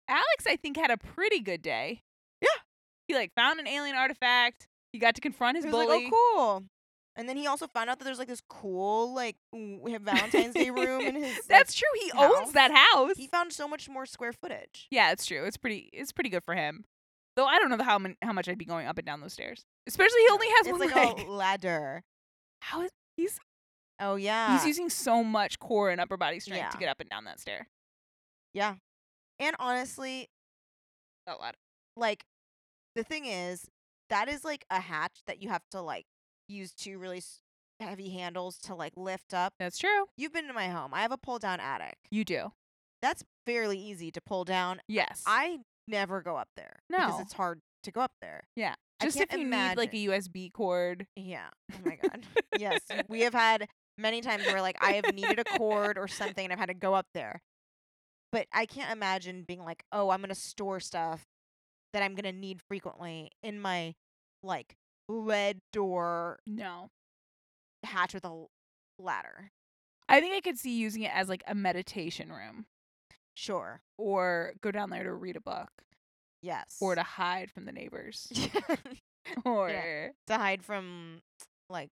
S1: Alex, I think, had a pretty good day.
S2: Yeah.
S1: He like found an alien artifact. He got to confront his
S2: It was
S1: bully.
S2: like, "Oh, cool." And then he also found out that there's like this cool like w- have Valentine's Day room in his like-
S1: That's true. He owns
S2: house.
S1: that house.
S2: he found so much more square footage.
S1: yeah, it's true. It's pretty. It's pretty good for him. Though I don't know how mon- how much I'd be going up and down those stairs. Especially he only has
S2: it's
S1: one
S2: like
S1: leg.
S2: a ladder.
S1: How is
S2: Oh yeah.
S1: he's using so much core and upper body strength to
S2: Yeah.
S1: get up and down that stair?
S2: yeah. And honestly,
S1: A lot.
S2: like the thing is that is like a hatch that you have to like use two really s- heavy handles to like lift up
S1: That's true.
S2: you've been to my home i have a pull down attic
S1: You do.
S2: that's fairly easy to pull down
S1: Yes.
S2: i never go up there because
S1: No.
S2: it's hard to go up there
S1: Yeah.
S2: I
S1: Just
S2: can't
S1: if you need like
S2: imagine.
S1: a USB cord.
S2: Yeah. Oh my god. yes, we have had many times where like I have needed a cord or something and I've had to go up there. But I can't imagine being like, "Oh, I'm going to store stuff that I'm going to need frequently in my like lead door
S1: No.
S2: hatch with a l- ladder."
S1: I think I could see using it as like a meditation room
S2: Sure.
S1: or go down there to read a book
S2: Yes.
S1: or to hide from the neighbors
S2: to
S1: or
S2: hide from like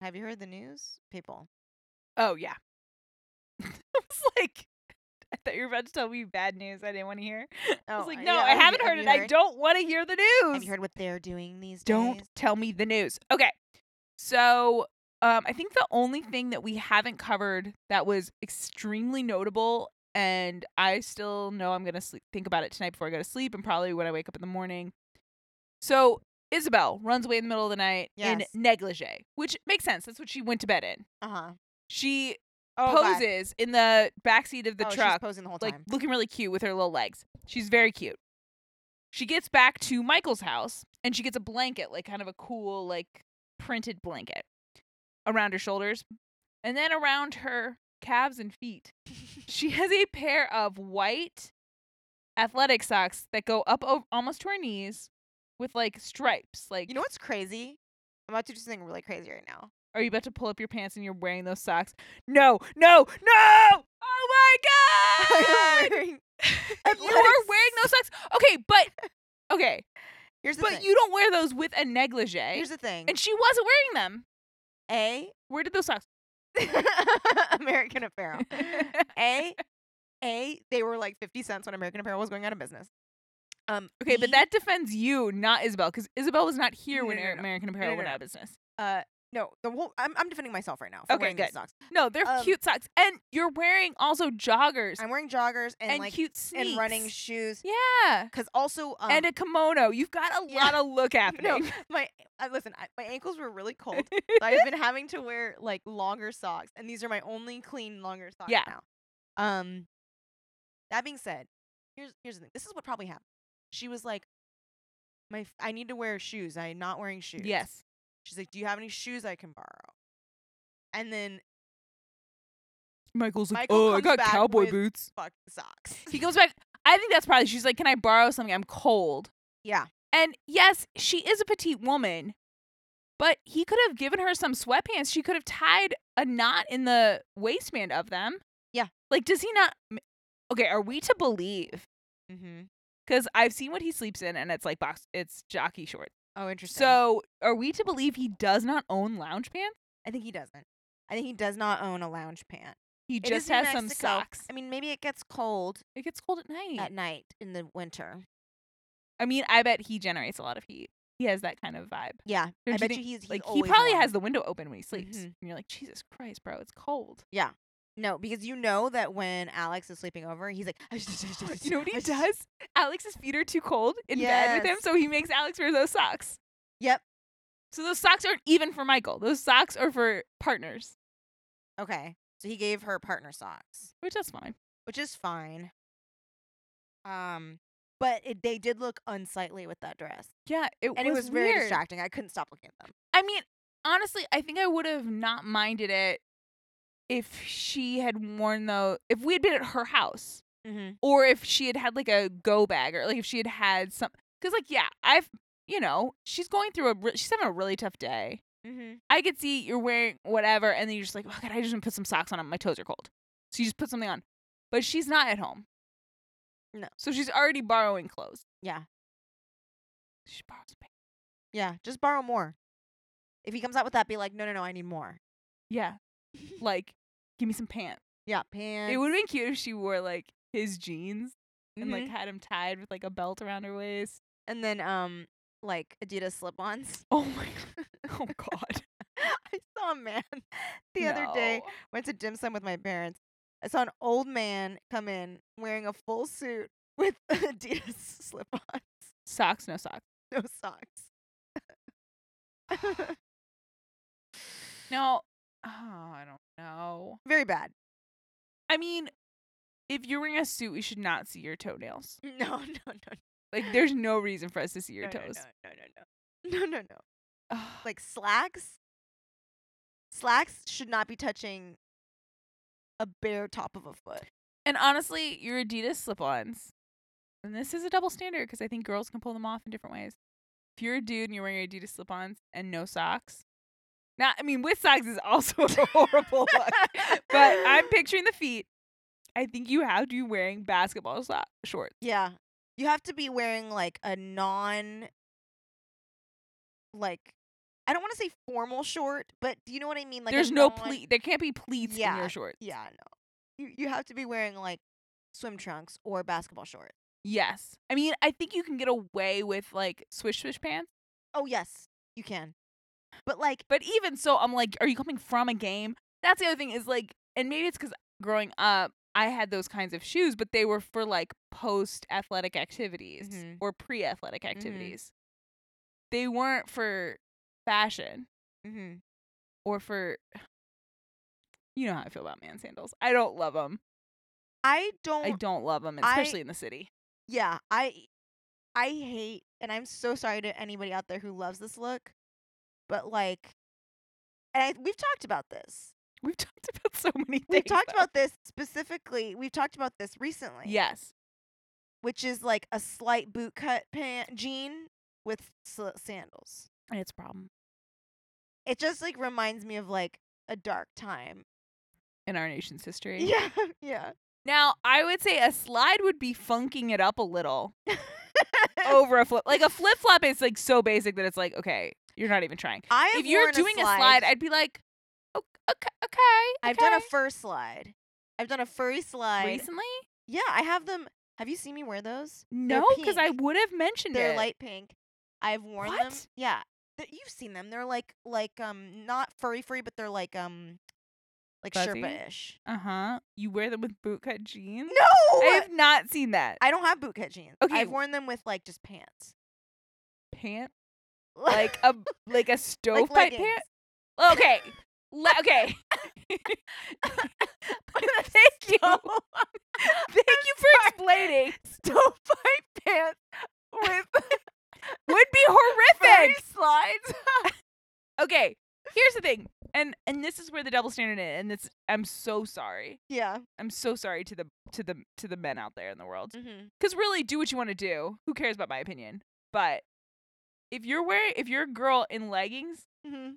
S2: Have you heard the news? People.
S1: oh yeah. I was like I thought you were about to tell me bad news I didn't want to hear. I
S2: Oh,
S1: was like,
S2: uh,
S1: no,
S2: yeah,
S1: I
S2: have you-
S1: haven't
S2: have
S1: heard
S2: you
S1: it. I don't want to hear the news.
S2: Have you heard what they're doing these
S1: don't
S2: days?
S1: tell me the news. Okay. So, um, I think the only thing that we haven't covered that was extremely notable, and I still know I'm going to sleep, think about it tonight before I go to sleep and probably when I wake up in the morning. So, Isabel runs away in the middle of the night
S2: Yes.
S1: in negligee, which makes sense. That's what she went to bed in.
S2: Uh-huh.
S1: She
S2: Oh, God.
S1: poses in the backseat of the
S2: oh,
S1: truck
S2: She's posing the whole
S1: like
S2: time.
S1: looking really cute with her little legs. She's very cute. She gets back to Michael's house and she gets a blanket, like kind of a cool, like printed blanket around her shoulders. And then around her calves and feet, she has a pair of white athletic socks that go up o- almost to her knees with like stripes. Like,
S2: You know what's crazy? I'm about to do something really crazy right now.
S1: are you about to pull up your pants and you're wearing those socks? No, no, no! Oh my God!
S2: I'm wearing-
S1: you are wearing those socks. Okay, but okay,
S2: Here's the
S1: but
S2: thing.
S1: you don't wear those with a negligee,
S2: Here's the thing.
S1: and she wasn't wearing them.
S2: A.
S1: Where did those socks?
S2: American Apparel. A. A. They were like 50 cents when American Apparel was going out of business. Um.
S1: okay, but
S2: B,
S1: that defends you, not Isabel, because Isabel was not here
S2: No,
S1: when
S2: no, no, no.
S1: American Apparel
S2: no,
S1: went
S2: no.
S1: out of business.
S2: Uh. No. The whole. I'm. I'm defending myself right now. For
S1: Okay,
S2: wearing
S1: good.
S2: These socks.
S1: No, they're
S2: Um,
S1: cute socks, and you're wearing also joggers
S2: I'm wearing joggers and,
S1: and,
S2: like
S1: cute sneaks
S2: and running shoes.
S1: yeah,
S2: Cause also. Um,
S1: and a kimono. You've got a
S2: yeah.
S1: lot of look happening.
S2: No, my uh, listen. I, my ankles were really cold. So I've been having to wear like longer socks, and these are my only clean longer socks
S1: Yeah.
S2: now. Um, that being said, here's here's the thing. This is what probably happened. She was like, "My, f- I need to wear shoes. I'm not wearing shoes."
S1: yes,
S2: She's like, "Do you have any shoes I can borrow?" And then
S1: Michael's
S2: like, Michael "Oh, I comes got back cowboy with-
S1: boots.
S2: fuck socks.
S1: He goes back. I think that's probably. She's like, "Can I borrow something? I'm cold."
S2: yeah,
S1: And yes, she is a petite woman, but he could have given her some sweatpants. She could have tied a knot in the waistband of them.
S2: Yeah.
S1: Like, does he not? m- Okay, are we to believe?
S2: mm-hmm.
S1: Because I've seen what he sleeps in, and it's like box, it's jockey shorts.
S2: Oh, interesting.
S1: So, are we to believe he does not own lounge pants?
S2: I think he doesn't. I think he does not own a lounge pant.
S1: He
S2: It is
S1: just
S2: New
S1: has some
S2: Mexico.
S1: socks.
S2: I mean, maybe it gets cold
S1: It gets cold at night.
S2: at night in the winter.
S1: I mean, I bet he generates a lot of heat. He has that kind of vibe.
S2: Yeah,
S1: Don't you
S2: I bet
S1: think-
S2: you he's, he's
S1: like he
S2: always
S1: probably
S2: warm.
S1: has the window open when he sleeps,
S2: Mhm.
S1: and you're like, Jesus Christ, bro, it's cold.
S2: No, because you know that when Alex is sleeping over, he's like,
S1: You know what he does? Alex's feet are too cold in bed with him,
S2: Yes.
S1: so he makes Alex wear those socks.
S2: Yep.
S1: So those socks aren't even for Michael. Those socks are for partners,
S2: Okay. So he gave her partner socks,
S1: which that's fine.
S2: which is fine. Um, but it, they did look unsightly with that dress,
S1: Yeah, it
S2: and it was
S1: weird.
S2: very distracting. I couldn't stop looking at them.
S1: I mean, honestly, I think I would have not minded it if she had worn those. If we had been at her house,
S2: Mm-hmm.
S1: or if she had had like a go bag, or like if she had had some. Because like, yeah, I've you know she's going through a re- she's having a really tough day.
S2: Mm-hmm.
S1: I could see you're wearing whatever, and then you're just like, oh god, I just want to put some socks on. My toes are cold, so you just put something on. But she's not at home.
S2: No.
S1: So she's already borrowing clothes.
S2: Yeah.
S1: She borrows pants.
S2: Yeah. Just borrow more. If he comes out with that, be like, no, no, no, I need more.
S1: Yeah. like, give me some pants.
S2: Yeah, pants.
S1: It would have been cute if she wore like his jeans and like
S2: mhm.
S1: had him tied with like a belt around her waist.
S2: and then um, like Adidas slip-ons.
S1: mm-hmm. Oh my god. Oh god.
S2: I saw a man the other day
S1: No.
S2: went to dim sum with my parents. I saw an old man come in wearing a full suit with Adidas slip ons,
S1: Socks, no socks.
S2: no socks.
S1: No. Oh, I don't know.
S2: Very bad.
S1: I mean, if you're wearing a suit, we should not see your toenails.
S2: No, no, no.
S1: Like, there's no reason for us to see your
S2: no, no,
S1: toes. Ah,
S2: No, no, no, no, no, no, no.
S1: Ugh.
S2: Like slacks. Slacks should not be touching a bare top of a foot.
S1: and honestly, your Adidas slip-ons. And this is a double standard because I think girls can pull them off in different ways. If you're a dude and you're wearing your Adidas slip-ons and no socks, now I mean with socks is also a horrible look. But I'm picturing the feet. I think you have to be wearing basketball so- shorts.
S2: Yeah. You have to be wearing like a non like I don't want to say formal short, but do you know what I mean? Like a
S1: There's no
S2: non-
S1: pleat. There can't be pleats in
S2: Yeah,
S1: your shorts.
S2: Yeah, no. You you have to be wearing like swim trunks or basketball shorts.
S1: Yes. I mean, I think you can get away with like swish swish pants.
S2: Oh yes, you can. But like
S1: But even so, I'm like, are you coming from a game? That's the other thing is like, and maybe it's because growing up, I had those kinds of shoes, but they were for like post athletic activities
S2: Mhm.
S1: or pre athletic
S2: Mm-hmm.
S1: activities. They weren't for fashion
S2: mm-hmm.
S1: or for, you know how I feel about man sandals. I don't love them.
S2: I don't
S1: I don't love them,
S2: Oh, I-
S1: especially in the city.
S2: Yeah, I I hate and I'm so sorry to anybody out there who loves this look, but like and I, we've talked about this.
S1: We've talked about so many things.
S2: We've talked
S1: though.
S2: about this specifically. We've talked about this recently.
S1: Yes.
S2: Which is like a slight boot cut pant jean with sl- sandals.
S1: And it's a problem
S2: It just like reminds me of like a dark time.
S1: in our nation's history.
S2: Yeah, yeah.
S1: Now, I would say a slide would be funking it up a little over a flip. Like a flip flop is like so basic that it's like, okay, you're not even trying.
S2: I have
S1: If you're
S2: worn
S1: doing
S2: a slide,
S1: I'd be like, okay, okay, okay.
S2: I've done a
S1: okay."
S2: fur slide. I've done a furry slide.
S1: recently.
S2: Yeah, I have them. Have you seen me wear those?
S1: No, because I
S2: pink.
S1: would have mentioned
S2: They're
S1: it.
S2: light pink. I've worn them.
S1: What?
S2: Yeah, Th- you've seen them. They're like like um not furry free, but they're like um like
S1: Fuzzy?
S2: Sherpa-ish.
S1: uh huh. You wear them with bootcut jeans.
S2: No,
S1: I have not seen that.
S2: I don't have bootcut jeans.
S1: Okay.
S2: I've worn them with like just pants,
S1: Pant like a like a stovepipe
S2: leggings.
S1: pant. Okay. Le- okay. Thank you. Thank you for explaining. Stovepipe pants with would be horrific. slides. okay. Here's the thing. And and this is where the double standard is. And it's I'm so sorry.
S2: Yeah.
S1: I'm so sorry to the to the to the men out there in the world.
S2: Mm-hmm.
S1: Cuz really do what you want to do. Who cares about my opinion? But if you're wearing if you're a girl in leggings,
S2: Mm-hmm.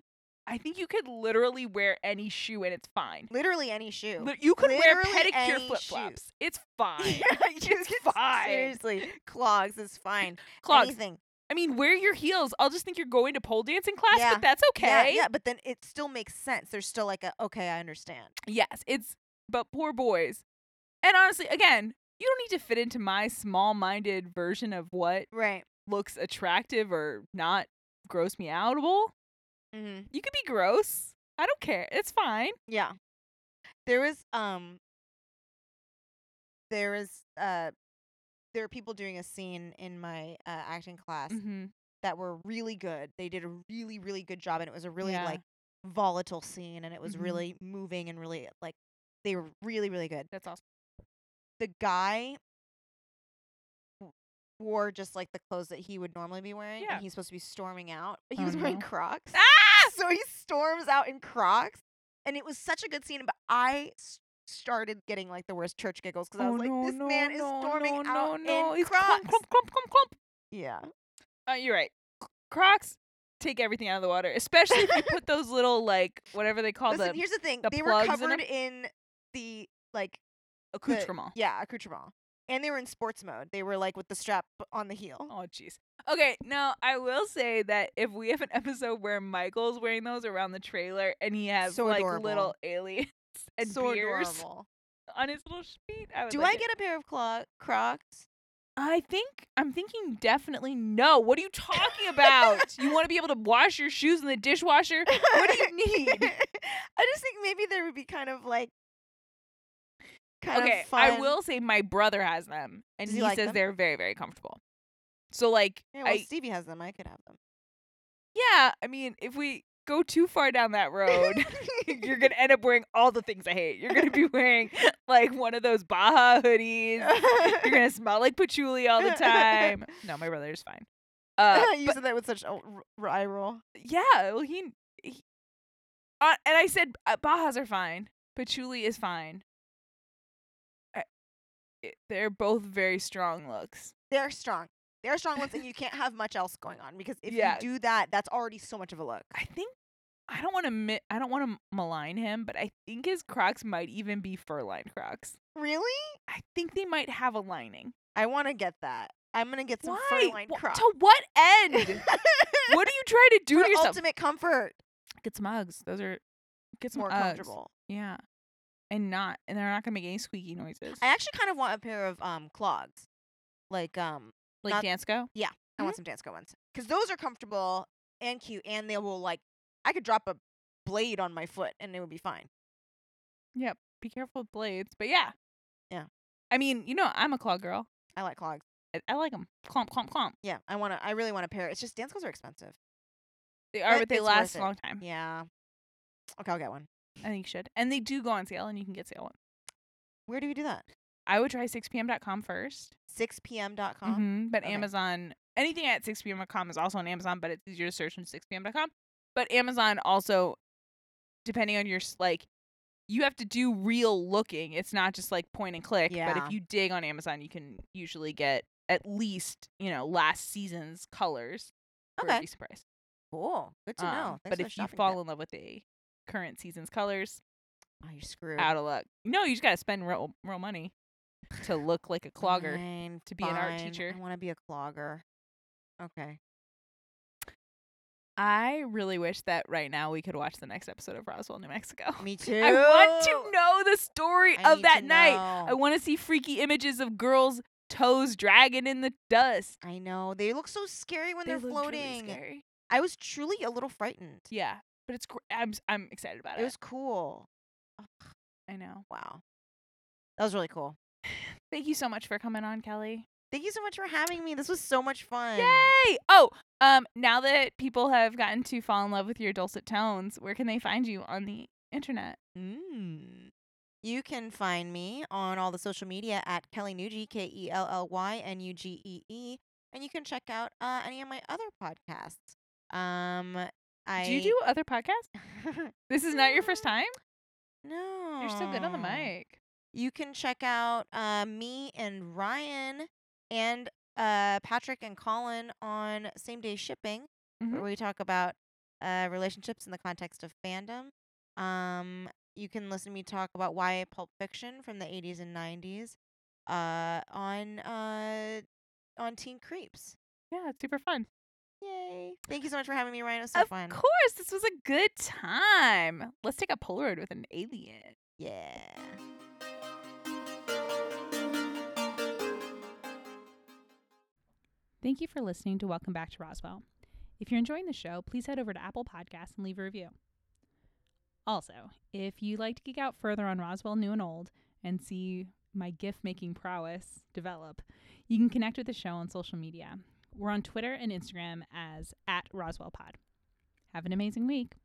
S1: I think you could literally wear any shoe and it's fine.
S2: Literally any shoe.
S1: Lit- You could wear
S2: Literally
S1: pedicure
S2: any
S1: flip flops. It's fine.
S2: Yeah, you
S1: It's
S2: can-
S1: fine.
S2: Seriously, clogs is fine.
S1: Clogs.
S2: Anything.
S1: I mean, wear your heels. I'll just think you're going to pole dancing class,
S2: Yeah.
S1: but that's
S2: Yeah,
S1: okay.
S2: yeah, but then it still makes sense. There's still like a okay, I understand.
S1: Yes, it's but poor boys. And honestly, again, you don't need to fit into my small-minded version of what
S2: Right.
S1: looks attractive or not gross me outable.
S2: Mm-hmm.
S1: You could be gross. I don't care. It's fine.
S2: Yeah. There was um there was uh there are people doing a scene in my uh, acting class
S1: Mm-hmm.
S2: that were really good. They did a really really good job and it was a really
S1: Yeah.
S2: like volatile scene and it was
S1: Mhm.
S2: really moving and really like they were really really good.
S1: That's awesome.
S2: The guy w- wore just like the clothes that he would normally be wearing
S1: Yeah.
S2: and he's supposed to be storming out, but he
S1: Oh,
S2: was wearing
S1: no.
S2: Crocs
S1: Ah!
S2: so he storms out in Crocs, and it was such a good scene. But I s- started getting like the worst church giggles because I
S1: Oh,
S2: was like, "This man is storming out in
S1: He's
S2: Crocs."
S1: Clump, clump, clump, clump, clump.
S2: Yeah,
S1: Uh, you're right. C- Crocs take everything out of the water, especially if you put those little like whatever they call
S2: listen.
S1: the
S2: here's the thing:
S1: the
S2: they were
S1: plugs in 'em?
S2: covered in the like the-
S1: accoutrement.
S2: yeah, accoutrement, and they were in sports mode. They were like with the strap on the heel.
S1: Oh jeez. Okay, now I will say that if we have an episode where Michael's wearing those around the trailer and he has
S2: So
S1: like
S2: adorable.
S1: little aliens and
S2: so
S1: beers
S2: adorable.
S1: on his little sh- feet, I would
S2: Do
S1: like
S2: I
S1: it.
S2: get a pair of clo- Crocs?
S1: I think I'm thinking definitely no. What are you talking about? you want to be able to wash your shoes in the dishwasher? What do you need?
S2: I just think maybe they would be kind of like. Kind
S1: okay,
S2: of fun.
S1: I will say my brother has them, and
S2: Does he
S1: he,
S2: like
S1: says
S2: them?
S1: they're very, very comfortable. So like,
S2: Yeah, well,
S1: I
S2: Stevie has them. I could have them.
S1: yeah, I mean, if we go too far down that road, you're gonna end up wearing all the things I hate. You're gonna be wearing like one of those Baja hoodies. You're gonna smell like patchouli all the time. No, my brother's fine. Uh,
S2: you
S1: but
S2: said that with such a r- r- eye roll.
S1: yeah, well, he, he uh, and I said uh, Bajas are fine. Patchouli is fine. I, it, they're both very strong looks.
S2: They're strong. They're strong ones, and you can't have much else going on because if
S1: Yeah.
S2: you do that, that's already so much of a look.
S1: I think I don't want to mi- I don't want to malign him, but I think his Crocs might even be fur-lined Crocs.
S2: Really?
S1: I think they might have a lining.
S2: I want to get that. I'm gonna get some
S1: Why?
S2: fur-lined
S1: Wha-
S2: Crocs.
S1: To what end? what are you trying to do
S2: For
S1: to yourself?
S2: ultimate comfort.
S1: get some Uggs. Those are get
S2: It's
S1: some
S2: more
S1: Uggs.
S2: comfortable.
S1: Yeah, and not and they're not gonna make any squeaky noises.
S2: I actually kind of want a pair of um clogs, like um
S1: like
S2: not-
S1: Dansko. Mm-hmm.
S2: I want some Dansko ones because those are comfortable and cute, and they will like I could drop a blade on my foot and it would be fine.
S1: Yep. Be careful with blades, but yeah.
S2: Yeah.
S1: I mean, you know, I'm a claw girl.
S2: I like clogs.
S1: I, I like them. Clomp, clomp, clomp.
S2: Yeah, I want to. I really want a pair. It's just Danskos are expensive.
S1: They are,
S2: But
S1: but they
S2: it's worth
S1: last
S2: it.
S1: a long time.
S2: Yeah. Okay, I'll get one.
S1: I think you should. And they do go on sale, and you can get sale one.
S2: Where do we do that?
S1: I would try 6pm.com first.
S2: 6pm.com.
S1: Mm-hmm. But
S2: Uh-huh. Okay.
S1: Amazon, anything at 6pm.com is also on Amazon, but it's easier to search on 6pm.com. But Amazon also, depending on your, s- like, you have to do real looking. It's not just like point and click. But
S2: Yeah.
S1: if you dig on Amazon, you can usually get at least, you know, last season's colors for
S2: Okay.
S1: a decent price.
S2: Cool. Good to
S1: Um,
S2: know. Thanks
S1: but
S2: for
S1: if you
S2: shopping tip.
S1: fall in love with the current season's colors,
S2: oh, you're screwed.
S1: out of luck. No, you just gotta spend real real money to look like a clogger.
S2: Fine,
S1: to be an art
S2: fine.
S1: teacher.
S2: I want to be a clogger. Okay.
S1: I really wish that right now we could watch the next episode of Roswell, New Mexico.
S2: Me too.
S1: I want to know the story
S2: I
S1: of
S2: need to
S1: that night. I
S2: know.
S1: want to see freaky images of girls' toes dragging in the dust.
S2: I know. They look so scary when
S1: They
S2: are
S1: looked really
S2: floating.
S1: scary.
S2: I was truly a little frightened.
S1: Yeah, but it's gr- I'm s- I'm excited about it.
S2: It was cool.
S1: I know.
S2: Wow. That was really cool.
S1: Thank you so much for coming on, Kelly.
S2: Thank you so much for having me. This was so much fun.
S1: Yay! Oh, um, now that people have gotten to fall in love with your dulcet tones, where can they find you on the internet?
S2: Mm. You can find me on all the social media at Kelly Nugie, K E L L Y N U G E E. And you can check out uh, any of my other podcasts. Um, I
S1: Do you do other podcasts? This is not your first
S2: Mm,
S1: time.
S2: no.
S1: You're so good on the mic.
S2: You can check out uh, me and Ryan and uh, Patrick and Colin on Same Day Shipping,
S1: Mhm.
S2: where we talk about uh, relationships in the context of fandom. Um, you can listen to me talk about YA Pulp Fiction from the 80s and 90s uh, on uh, on Teen Creeps.
S1: Yeah, it's super fun.
S2: Yay! Thank you so much for having me, Ryan. It was so
S1: of
S2: fun.
S1: course, this was a good time. Let's take a Polaroid with an alien.
S2: Yeah.
S1: Thank you for listening to Welcome Back to Roswell. If you're enjoying the show, please head over to Apple Podcasts and leave a review. Also, if you'd like to geek out further on Roswell New and Old and see my GIF making prowess develop, you can connect with the show on social media. We're on Twitter and Instagram as at Roswell Pod. Have an amazing week.